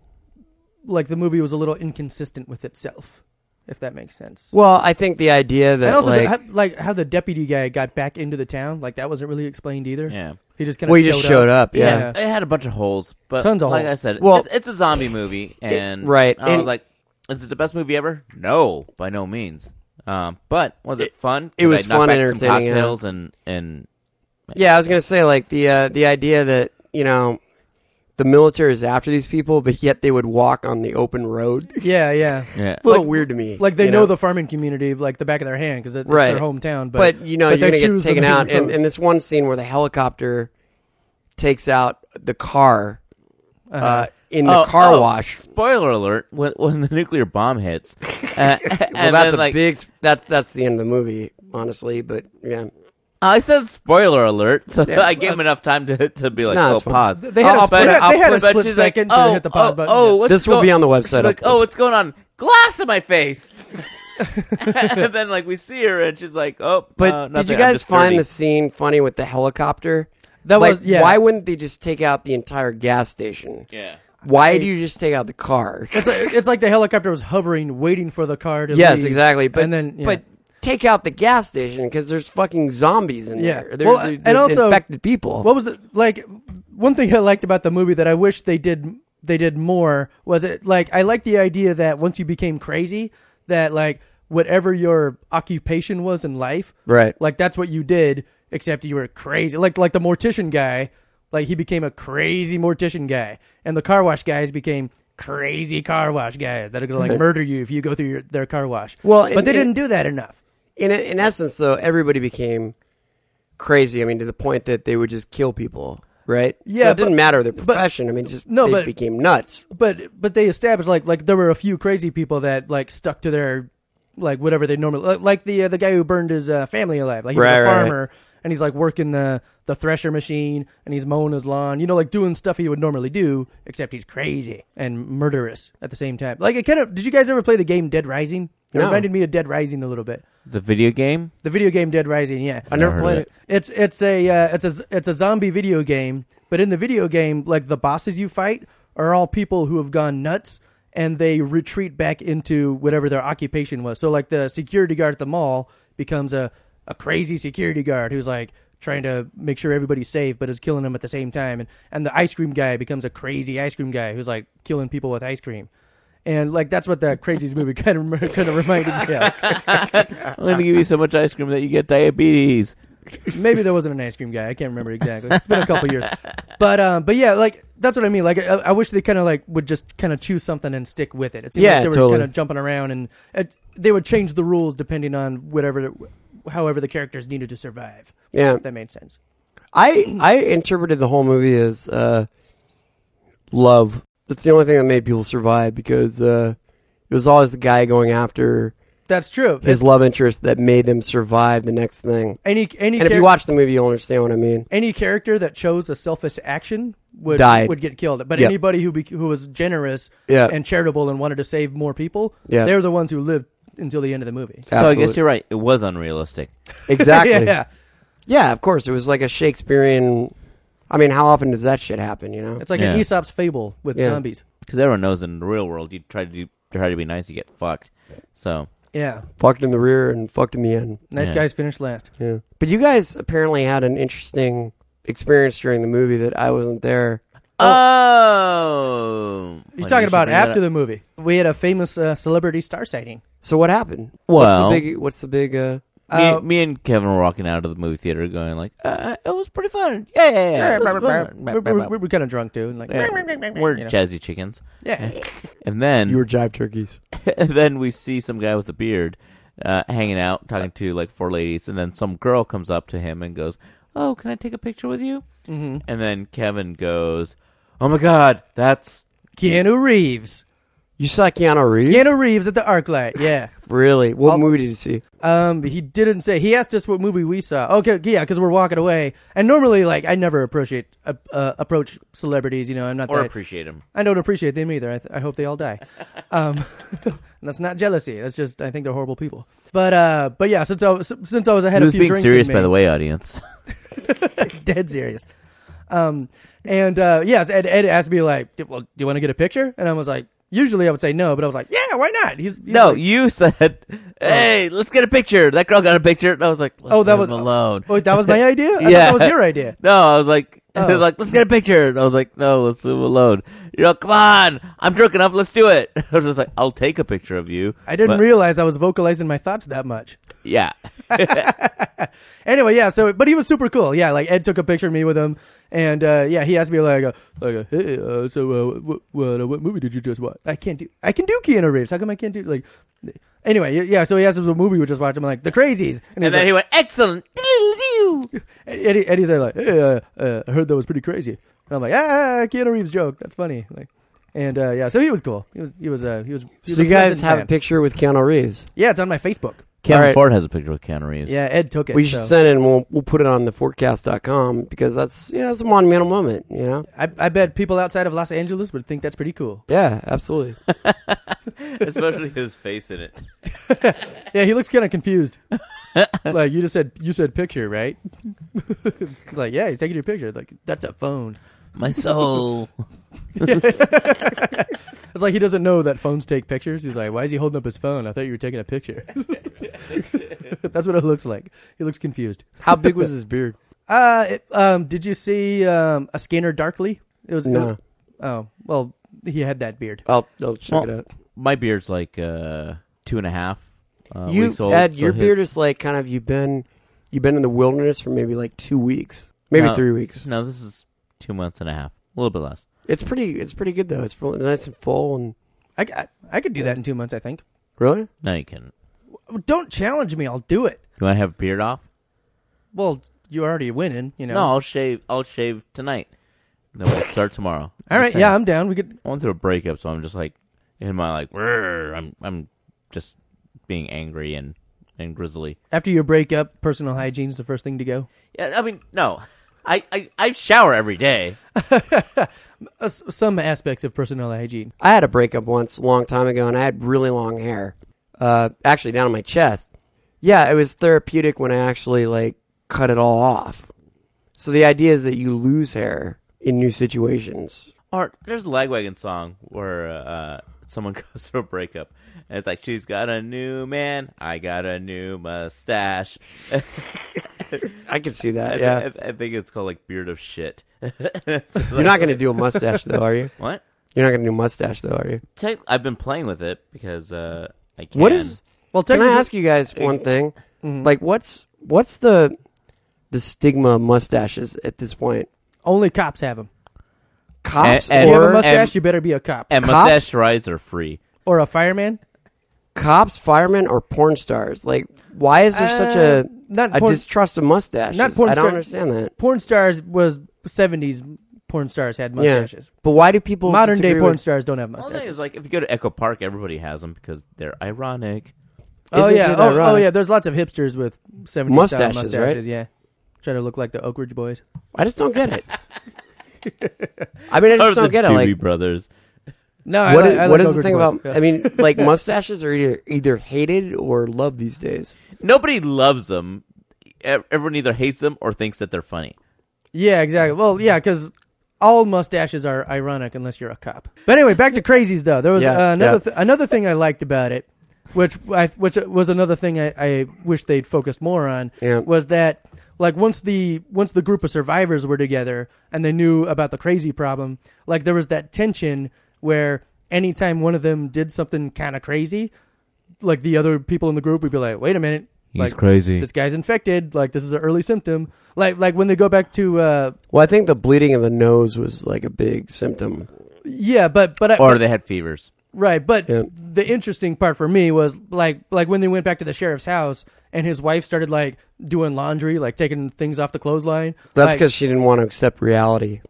like the movie was a little inconsistent with itself, if that makes sense. Well, I think the idea that And also, the- like how, like how the deputy guy got back into the town, like that wasn't really explained either. Yeah. he just kind of well, you just showed up, yeah. Yeah. It had a bunch of holes, but Tons of like holes. I said, Well- well, it's, it's a zombie movie, and right, I and- was like, is it the best movie ever? No, by no means. Um, but was it, fun? it was Did I knock fun back and some entertaining, yeah. cocktails and and Yeah, I was gonna say like the uh, the idea that you know the military is after these people, but yet they would walk on the open road. Yeah, yeah, yeah. A little weird to me. Like they you know, the farming community like the back of their hand because it's Right. their hometown. But but, you know but you're they gonna get choose the taken main out. And, roads. and this one scene where the helicopter takes out the car uh in the Oh, car oh, wash. Spoiler alert: when, when the nuclear bomb hits, uh, and Well, that's then, a like big. That's that's the end of the movie, honestly. But yeah, I said, spoiler alert. So Yeah. I gave him enough time to to be like, No, oh, it's fine. pause. They had a I'll split- bet- they I'll had a bet split she's like, second to oh, hit the pause oh, button, Oh, yeah. what's This will go- be on the She's website, like, I'll- oh, what's going on? Glass in my face. and then like we see her, and she's like, oh, but uh, did nothing, you I'm guys just dirty. find the scene funny with the helicopter? That Like, was- yeah. Why wouldn't they just take out the entire gas station? Yeah. Why do you just take out the car? It's like, it's like the helicopter was hovering, waiting for the car to. yes, leave, exactly. But and then yeah. but take out the gas station because there's fucking zombies in Yeah. there. There's, Well, there's, and there's also- infected people. what was it like? One thing I liked about the movie that I wish they did they did more was it like I liked the idea that once you became crazy that like whatever your occupation was in life, Right. Like that's what you did, except you were crazy. Like like the mortician guy, like he became a crazy mortician guy, and the car wash guys became crazy car wash guys that are gonna like murder you if you go through your, their car wash. Well, but and- they and- didn't do that enough. in in essence, though, everybody became crazy. I mean, to the point that they would just kill people, right? Yeah, so it didn't but- matter their but- profession. I mean, just No, they but- became nuts. but but they established like like there were a few crazy people that like stuck to their like whatever they normally like, like the uh, the guy who burned his uh, family alive like he Right, was a right, farmer and he's like working the the thresher machine and he's mowing his lawn you know like doing stuff he would normally do except he's crazy and murderous at the same time like it kind of did you guys ever play the game Dead Rising it No. reminded me of Dead Rising a little bit the video game. the video game Dead Rising yeah I never played heard of it. it's it's a uh, it's a it's a zombie video game, but in the video game, like the bosses you fight are all people who have gone nuts and they retreat back into whatever their occupation was. So like the security guard at the mall becomes a a crazy security guard who's like trying to make sure everybody's safe but is killing them at the same time and and the ice cream guy becomes a crazy ice cream guy who's like killing people with ice cream. And like that's what that crazies movie kind of kind of reminded me of. I'm gonna give you so much ice cream that you get diabetes. Maybe there wasn't an ice cream guy. I can't remember exactly. It's been a couple years, but um, but yeah, like that's what I mean. Like I, I wish they kind of like would just kind of choose something and stick with it. It seemed Yeah, like they were totally. kind of jumping around and it, they would change the rules depending on whatever, however the characters needed to survive. Yeah. if that made sense. I I interpreted the whole movie as uh, love. That's the only thing that made people survive because uh, it was always the guy going after That's true. his love interest that made them survive the next thing. any any And if you char- watch the movie, you'll understand what I mean. any character that chose a selfish action would Died. would get killed. But Yep. anybody who bec who was generous Yeah. and charitable and wanted to save more people, Yeah. they're the ones who lived until the end of the movie. So I guess you're right. It was unrealistic. exactly. Yeah, Yeah, of course. It was like a Shakespearean. I mean, how often does that shit happen? You know, it's like Yeah. an Aesop's fable with Yeah. zombies. Because everyone knows in the real world, you try to do, try to be nice, you get fucked. So Yeah, fucked in the rear and fucked in the end. nice Yeah. guys finish last. Yeah. But you guys apparently had an interesting experience during the movie that I wasn't there. oh, You're talking about after the movie. We had a famous uh, celebrity star sighting. So what happened? Well- what's the big? What's the big? Uh, Me, Uh, me and Kevin were walking out of the movie theater, going like, uh, "It was pretty fun. Yeah, yeah, yeah. it was fun." we were, we were kind of drunk too, and like Yeah, we're You know. jazzy chickens." yeah. And then, jive turkeys. and then we see some guy with a beard uh, hanging out, talking to like four ladies, and then some girl comes up to him and goes, "Oh, can I take a picture with you?" Mm-hmm. And then Kevin goes, "Oh my god, that's Keanu Reeves. You saw Keanu Reeves? Keanu Reeves at the ArcLight. Yeah. really? What I'll- movie did you see? Um, he didn't say. He asked us what movie we saw. Okay, yeah, because we're walking away. And normally, like, I never appreciate uh, uh, approach celebrities. You know, I'm not or that. appreciate him." I don't appreciate them either. I, th- I hope they all die. Um, and that's not jealousy. That's just I think they're horrible people. But uh, but yeah, since I was since I was ahead He was of few being drinks. serious, in by me- the way, audience. dead serious. Um, and uh, yes, Ed, Ed asked me like, "D- "Well, do you want to get a picture?" And I was like, "Usually I would say no, but I was like, yeah, why not?" He's, he's No, like- you said, "Hey, let's get a picture." That girl got a picture, and I was like, Let's Oh, that leave was him alone." Wait, that was my idea. I thought Yeah. that was your idea. No, I was like, Oh. like, let's get a picture. And I was like, no, let's leave him alone. You know, come on, I'm drunk enough. Let's do it. I was just like, I'll take a picture of you. I didn't But- realize I was vocalizing my thoughts that much. Yeah, Anyway, yeah. So, but he was super cool. Yeah, like Ed took a picture of me with him, and uh, yeah, he asked me like, uh, like, uh, hey, uh, so uh, what, what, uh, what movie did you just watch? I can't do, I can do Keanu Reeves. How come I can't do like? Anyway, y- yeah. So he asked us what movie we just watched. I'm like, The Crazies, and, and then he like, went, excellent. Eddie, Eddie's like, hey, uh, uh, I heard that was pretty crazy, and I'm like, ah, Keanu Reeves joke. That's funny. Like, and uh, yeah, so he was cool. He was, he was, uh, he was. he was So a you guys pleasant have man. a picture with Keanu Reeves. Yeah, it's on my Facebook. Kevin All right. Ford has a picture with Keanu Reeves. Yeah, Ed took it. we should so. send it and we'll, we'll put it on the forecast.com because that's you know it's a monumental moment, you know? I, I bet people outside of Los Angeles would think that's pretty cool. Yeah, absolutely. especially his face in it. Yeah, he looks kind of confused. like you just said, you said picture, right? like, yeah, he's taking your picture. Like that's a phone. My soul. It's like he doesn't know that phones take pictures. He's like, why is he holding up his phone? I thought you were taking a picture. that's what it looks like. He looks confused. How big was his beard? Uh, it, um, did you see um, a Scanner Darkly? It was No. Oh well, he had that beard. I'll, I'll check Well, it out. My beard's like uh, two and a half uh, you weeks old. Ed, so your his- beard is like kind of you've been you've been in the wilderness for maybe like two weeks, maybe No. three weeks. No, this is two months and a half. A little bit less. It's pretty. It's pretty good though. It's full, nice and full and I, I I could do that in two months. I think. really. No, you can. Don't challenge me. I'll do it. You want to have beard off? Well, you already winning. You know. No, I'll shave. I'll shave tonight. Then we'll start tomorrow. All right. Yeah, I'm down. We could. I went through a breakup, so I'm just like in my like. "Rrr," I'm I'm just being angry and and grizzly. After your breakup, personal hygiene's the first thing to go. Yeah, I mean no. I, I, I shower every day. Uh, s- some aspects of personal hygiene. I had a breakup once a long time ago, and I had really long hair, uh, actually down on my chest. Yeah, it was therapeutic when I actually like cut it all off. So the idea is that you lose hair in new situations. Or there's a Lagwagon song where uh, someone goes through a breakup, and it's like she's got a new man, I got a new mustache. I can see I, that. thi- Yeah, I, thi- I think it's called like beard of shit. you're not going to do a mustache though, are you? What? You're not going to do a mustache though, are you? Tech- I've been playing with it because uh, I can. What is? Well, Can I technically- ask you guys one thing? Like, what's what's the the stigma of mustaches at this point? Only cops have them. Cops And- If you or have a mustache, and- you better be a cop and Cops? mustache rides are free? or a fireman. cops, firemen, or porn stars? Like, why is there such a Uh, not a porn- distrust of mustaches? Not porn I don't star- understand that. Porn stars was seventies. Porn stars had mustaches. Yeah, but why do people Modern day disagree porn with- stars don't have Well, the thing mustaches. is, like, if you go to Echo Park, everybody has them because they're ironic. Oh Isn't yeah, it oh, oh ironic? yeah. There's lots of hipsters with 70s Mustaches, style right? mustaches. Yeah, try to look like the Oak Ridge Boys. I just don't get it. I mean, I Or just the don't get it. Doobie Like, Brothers. No, I what like- is, I like what Oak is the Ridge thing Boys. about? Yeah. I mean, like mustaches are either either hated or loved these days. Nobody loves them. Ev- Everyone either hates them or thinks that they're funny. Yeah, exactly. Well, yeah, because all mustaches are ironic unless you're a cop. But anyway, back to crazies though. There was Yeah, uh, another yeah. th- another thing I liked about it, which I, which was another thing I, I wish they'd focused more on. Yeah. Was that like once the once the group of survivors were together and they knew about the crazy problem, like there was that tension where anytime one of them did something kind of crazy, like the other people in the group would be like, "Wait a minute." He's like, crazy. This guy's infected. Like this is an early symptom. Like like when they go back to uh, Well, I think the bleeding in the nose was like a big symptom. Yeah, but but I, Or but- they had fevers. right, but Yeah. the interesting part for me was like like when they went back to the sheriff's house and his wife started like doing laundry, like taking things off the clothesline. That's like- because she didn't want to accept reality.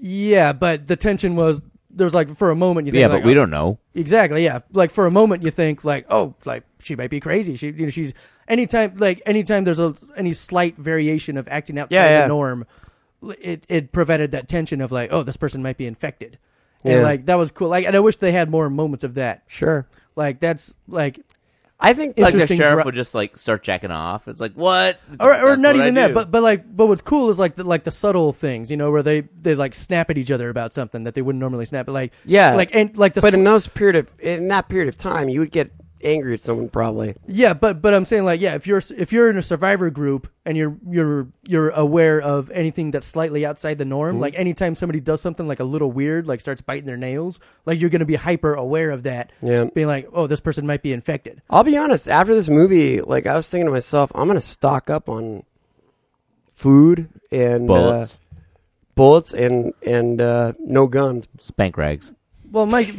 yeah, but the tension was there was like for a moment you think Yeah, like, but we oh, don't know. exactly yeah like for a moment you think like oh like she might be crazy she you know she's anytime like anytime there's a any slight variation of acting outside Yeah, yeah. the norm it it prevented that tension of like oh this person might be infected and Yeah. like that was cool like and I wish they had more moments of that Sure. Like that's like I think Like the Interesting sheriff dra- would just like start jacking off. It's like what? or or That's not what I even that, do. but but like but what's cool is like the like the subtle things, you know, where they they like snap at each other about something that they wouldn't normally snap. But like Yeah. like and like the but sl- in those period of in that period of time, you would get angry at someone probably. yeah, but but I'm saying like yeah, if you're if you're in a survivor group and you're you're you're aware of anything that's slightly outside the Mm-hmm. norm, like anytime somebody does something like a little weird, like starts biting their nails, like you're gonna be hyper aware of that. Yeah. being like oh this person might be infected. I'll be honest. After this movie, like I was thinking to myself, I'm gonna stock up on food and bullets, uh, bullets and and uh, no guns. spank rags. Well, Mike,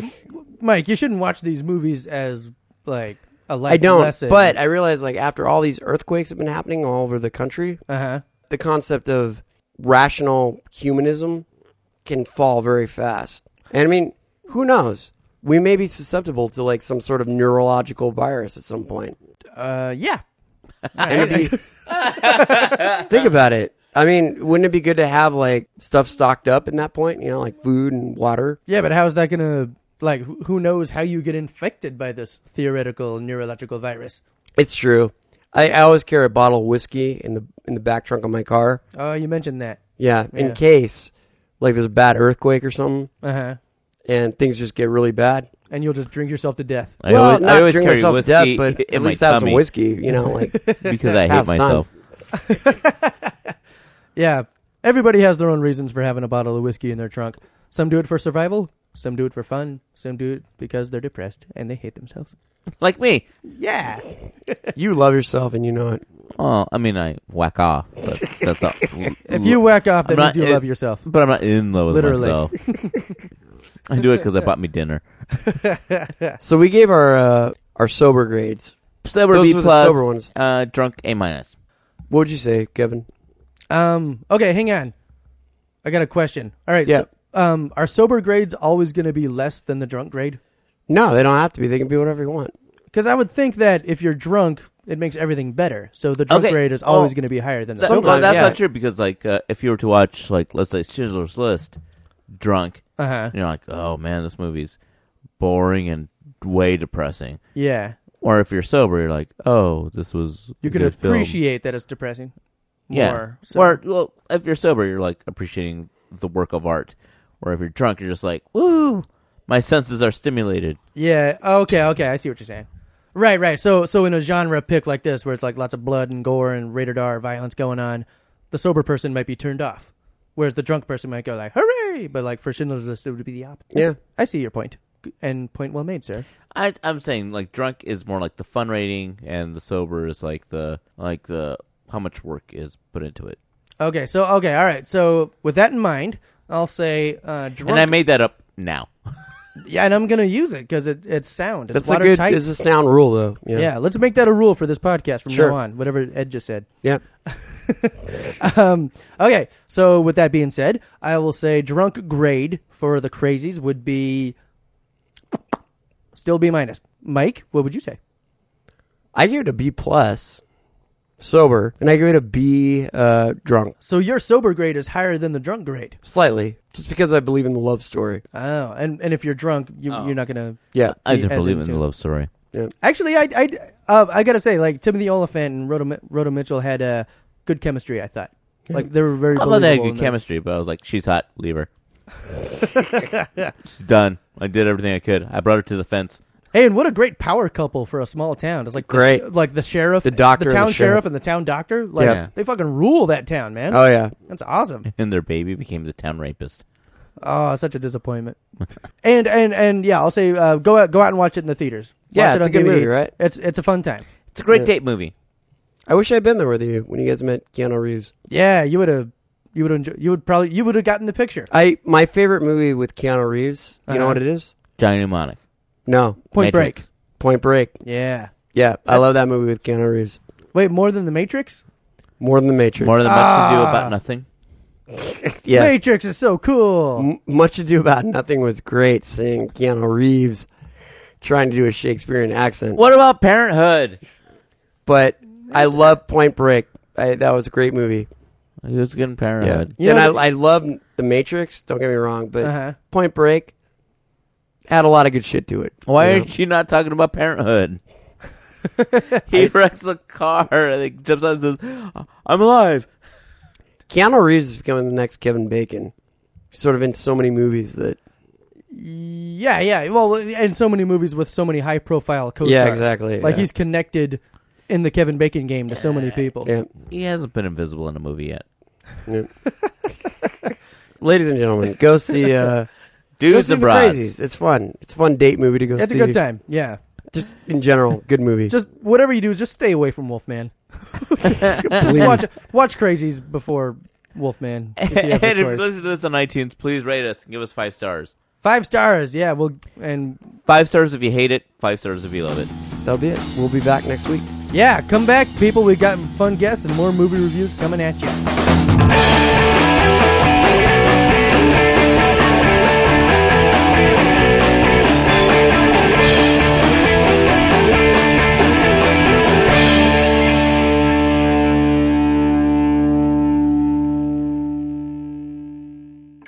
Mike, you shouldn't watch these movies as like a life I don't. lesson. But I realized, like after all these earthquakes have been happening all over the country, uh huh. the concept of rational humanism can fall very fast. And I mean, who knows? We may be susceptible to like some sort of neurological virus at some point. Uh, yeah. And it'd be, think about it. I mean, wouldn't it be good to have like stuff stocked up in that point? You know, like food and water. Yeah, but how is that gonna like? wh- Who knows how you get infected by this theoretical neurological virus? It's true. I, I always carry a bottle of whiskey in the in the back trunk of my car. Oh, you mentioned that. Yeah, Yeah. in case like there's a bad earthquake or something, Uh huh. and things just get really bad. And you'll just drink yourself to death. I well, always, not I always drink carry myself whiskey to death, but in at my least have some tummy whiskey. You know, like because I hate Pass time. myself. Yeah. Everybody has their own reasons for having a bottle of whiskey in their trunk. Some do it for survival. Some do it for fun. Some do it because they're depressed and they hate themselves. Like me. Yeah. you love yourself and you know it. Oh, I mean, I whack off. But that's not, If you whack off, that I'm means not- you it- love yourself. but I'm not in love with Literally. myself. I do it because I bought me dinner. So we gave our uh, our sober grades. Sober Those B were the plus. sober ones. Uh, drunk A minus. What would you say, Kevin? Um. Okay, hang on. I got a question. All right. Yeah. So, um. Are sober grades always going to be less than the drunk grade? No, they don't have to be. They can be whatever you want. Because I would think that if you're drunk, it makes everything better. So the drunk Okay. grade is Oh. always going to be higher than the That- sober. well, that's yeah. not true because, like, uh, if you were to watch, like, let's say Schindler's List, drunk, Uh-huh. you're like, oh man, this movie's boring and way depressing. Yeah, Or if you're sober, you're like, oh, this was you a can good film. appreciate that it's depressing. yeah. more, so- Or well, if you're sober, you're like appreciating the work of art. Or if you're drunk, you're just like, woo, my senses are stimulated. Yeah. Okay. Okay. I see what you're saying. Right. Right. So so in a genre pick like this, where it's like lots of blood and gore and rated R violence going on, the sober person might be turned off, whereas the drunk person might go like hooray, but like for Schindler's List, it would be the opposite. Yeah. I see your point, and point well made, sir. I, I'm saying like drunk is more like the fun rating, and the sober is like the like the how much work is put into it. Okay. So okay. All right. So with that in mind, I'll say uh, drunk. And I made that up now. Yeah, and I'm gonna use it because it, it's sound. It's That's a good. watertight. It's a sound rule, though. Yeah. yeah, let's make that a rule for this podcast from Sure. now on. Whatever Ed just said. Yeah. Okay, so with that being said, I will say drunk grade for the crazies would be still B minus. Mike, what would you say? I give it a B plus, sober, and I give it a B uh, drunk, So your sober grade is higher than the drunk grade. slightly, just because I believe in the love story. Oh, and, and if you're drunk, you, you're not gonna. Yeah, I He didn't has believe it, in the too. love story. Actually, I I uh, I gotta say, like Timothy Oliphant and Rhoda, Mi- Rhoda Mitchell had uh, good chemistry. I thought, like they were very. I love that believable good in chemistry, but I was like, she's hot, leave her. she's done. I did everything I could. I brought her to the fence. Hey, and what a great power couple for a small town. It's like the Great. sh- like the sheriff, The doctor the and the town sheriff. and the town doctor. Like Yeah. they fucking rule that town, man. Oh yeah, That's awesome. And their baby became the town rapist. Oh, such a disappointment. and and and yeah, I'll say uh, go out go out and watch it in the theaters. Yeah, watch it's it a on good DVD. movie, right? It's it's a fun time. It's a great Yeah. date movie. I wish I'd been there with you when you guys met Keanu Reeves. Yeah, you would have you would enjoy you would probably you would have gotten the picture. I my favorite movie with Keanu Reeves. You know Uh-huh. what it is? Johnny Mnemonic. No, Point Matrix. Break. Point Break. Yeah. Yeah, I love that movie with Keanu Reeves Wait, more than the Matrix? more than The Matrix. More than much to do Ah. about nothing. yeah, Mm. Matrix is so cool. M- Much Ado About Nothing was great. Seeing Keanu Reeves trying to do a Shakespearean accent, What about Parenthood? but I love Point Break. I, that was a great movie. He was good in Yeah, Parenthood. You and I, know- I love The Matrix. Don't get me wrong, but Uh-huh. Point Break had a lot of good shit to it. Why you know? aren't you not talking about Parenthood? he wrecks a car and he jumps out and says, I'm alive. Keanu Reeves is becoming the next Kevin Bacon? He's Sort of in so many movies that Yeah, yeah. Well, and so many movies with so many high profile co-stars. Yeah, exactly, Like yeah. he's connected in the Kevin Bacon game to so many people. yeah. He hasn't been invisible in a movie yet. Ladies and gentlemen, go see uh, go Dudes see and the broads. Crazies. It's fun. It's a fun date movie to go It's see. a good time. Yeah. Just in general, good movie. Just whatever you do, just stay away from Wolfman. just watch watch Crazies before Wolfman. If you have the and if you choice. listen to this on iTunes, please rate us and give us five stars. Five stars. Yeah. Well, and Five stars if you hate it, five stars if you love it. That'll be it. We'll be back next week. yeah, come back, people. We got fun guests and more movie reviews coming at you.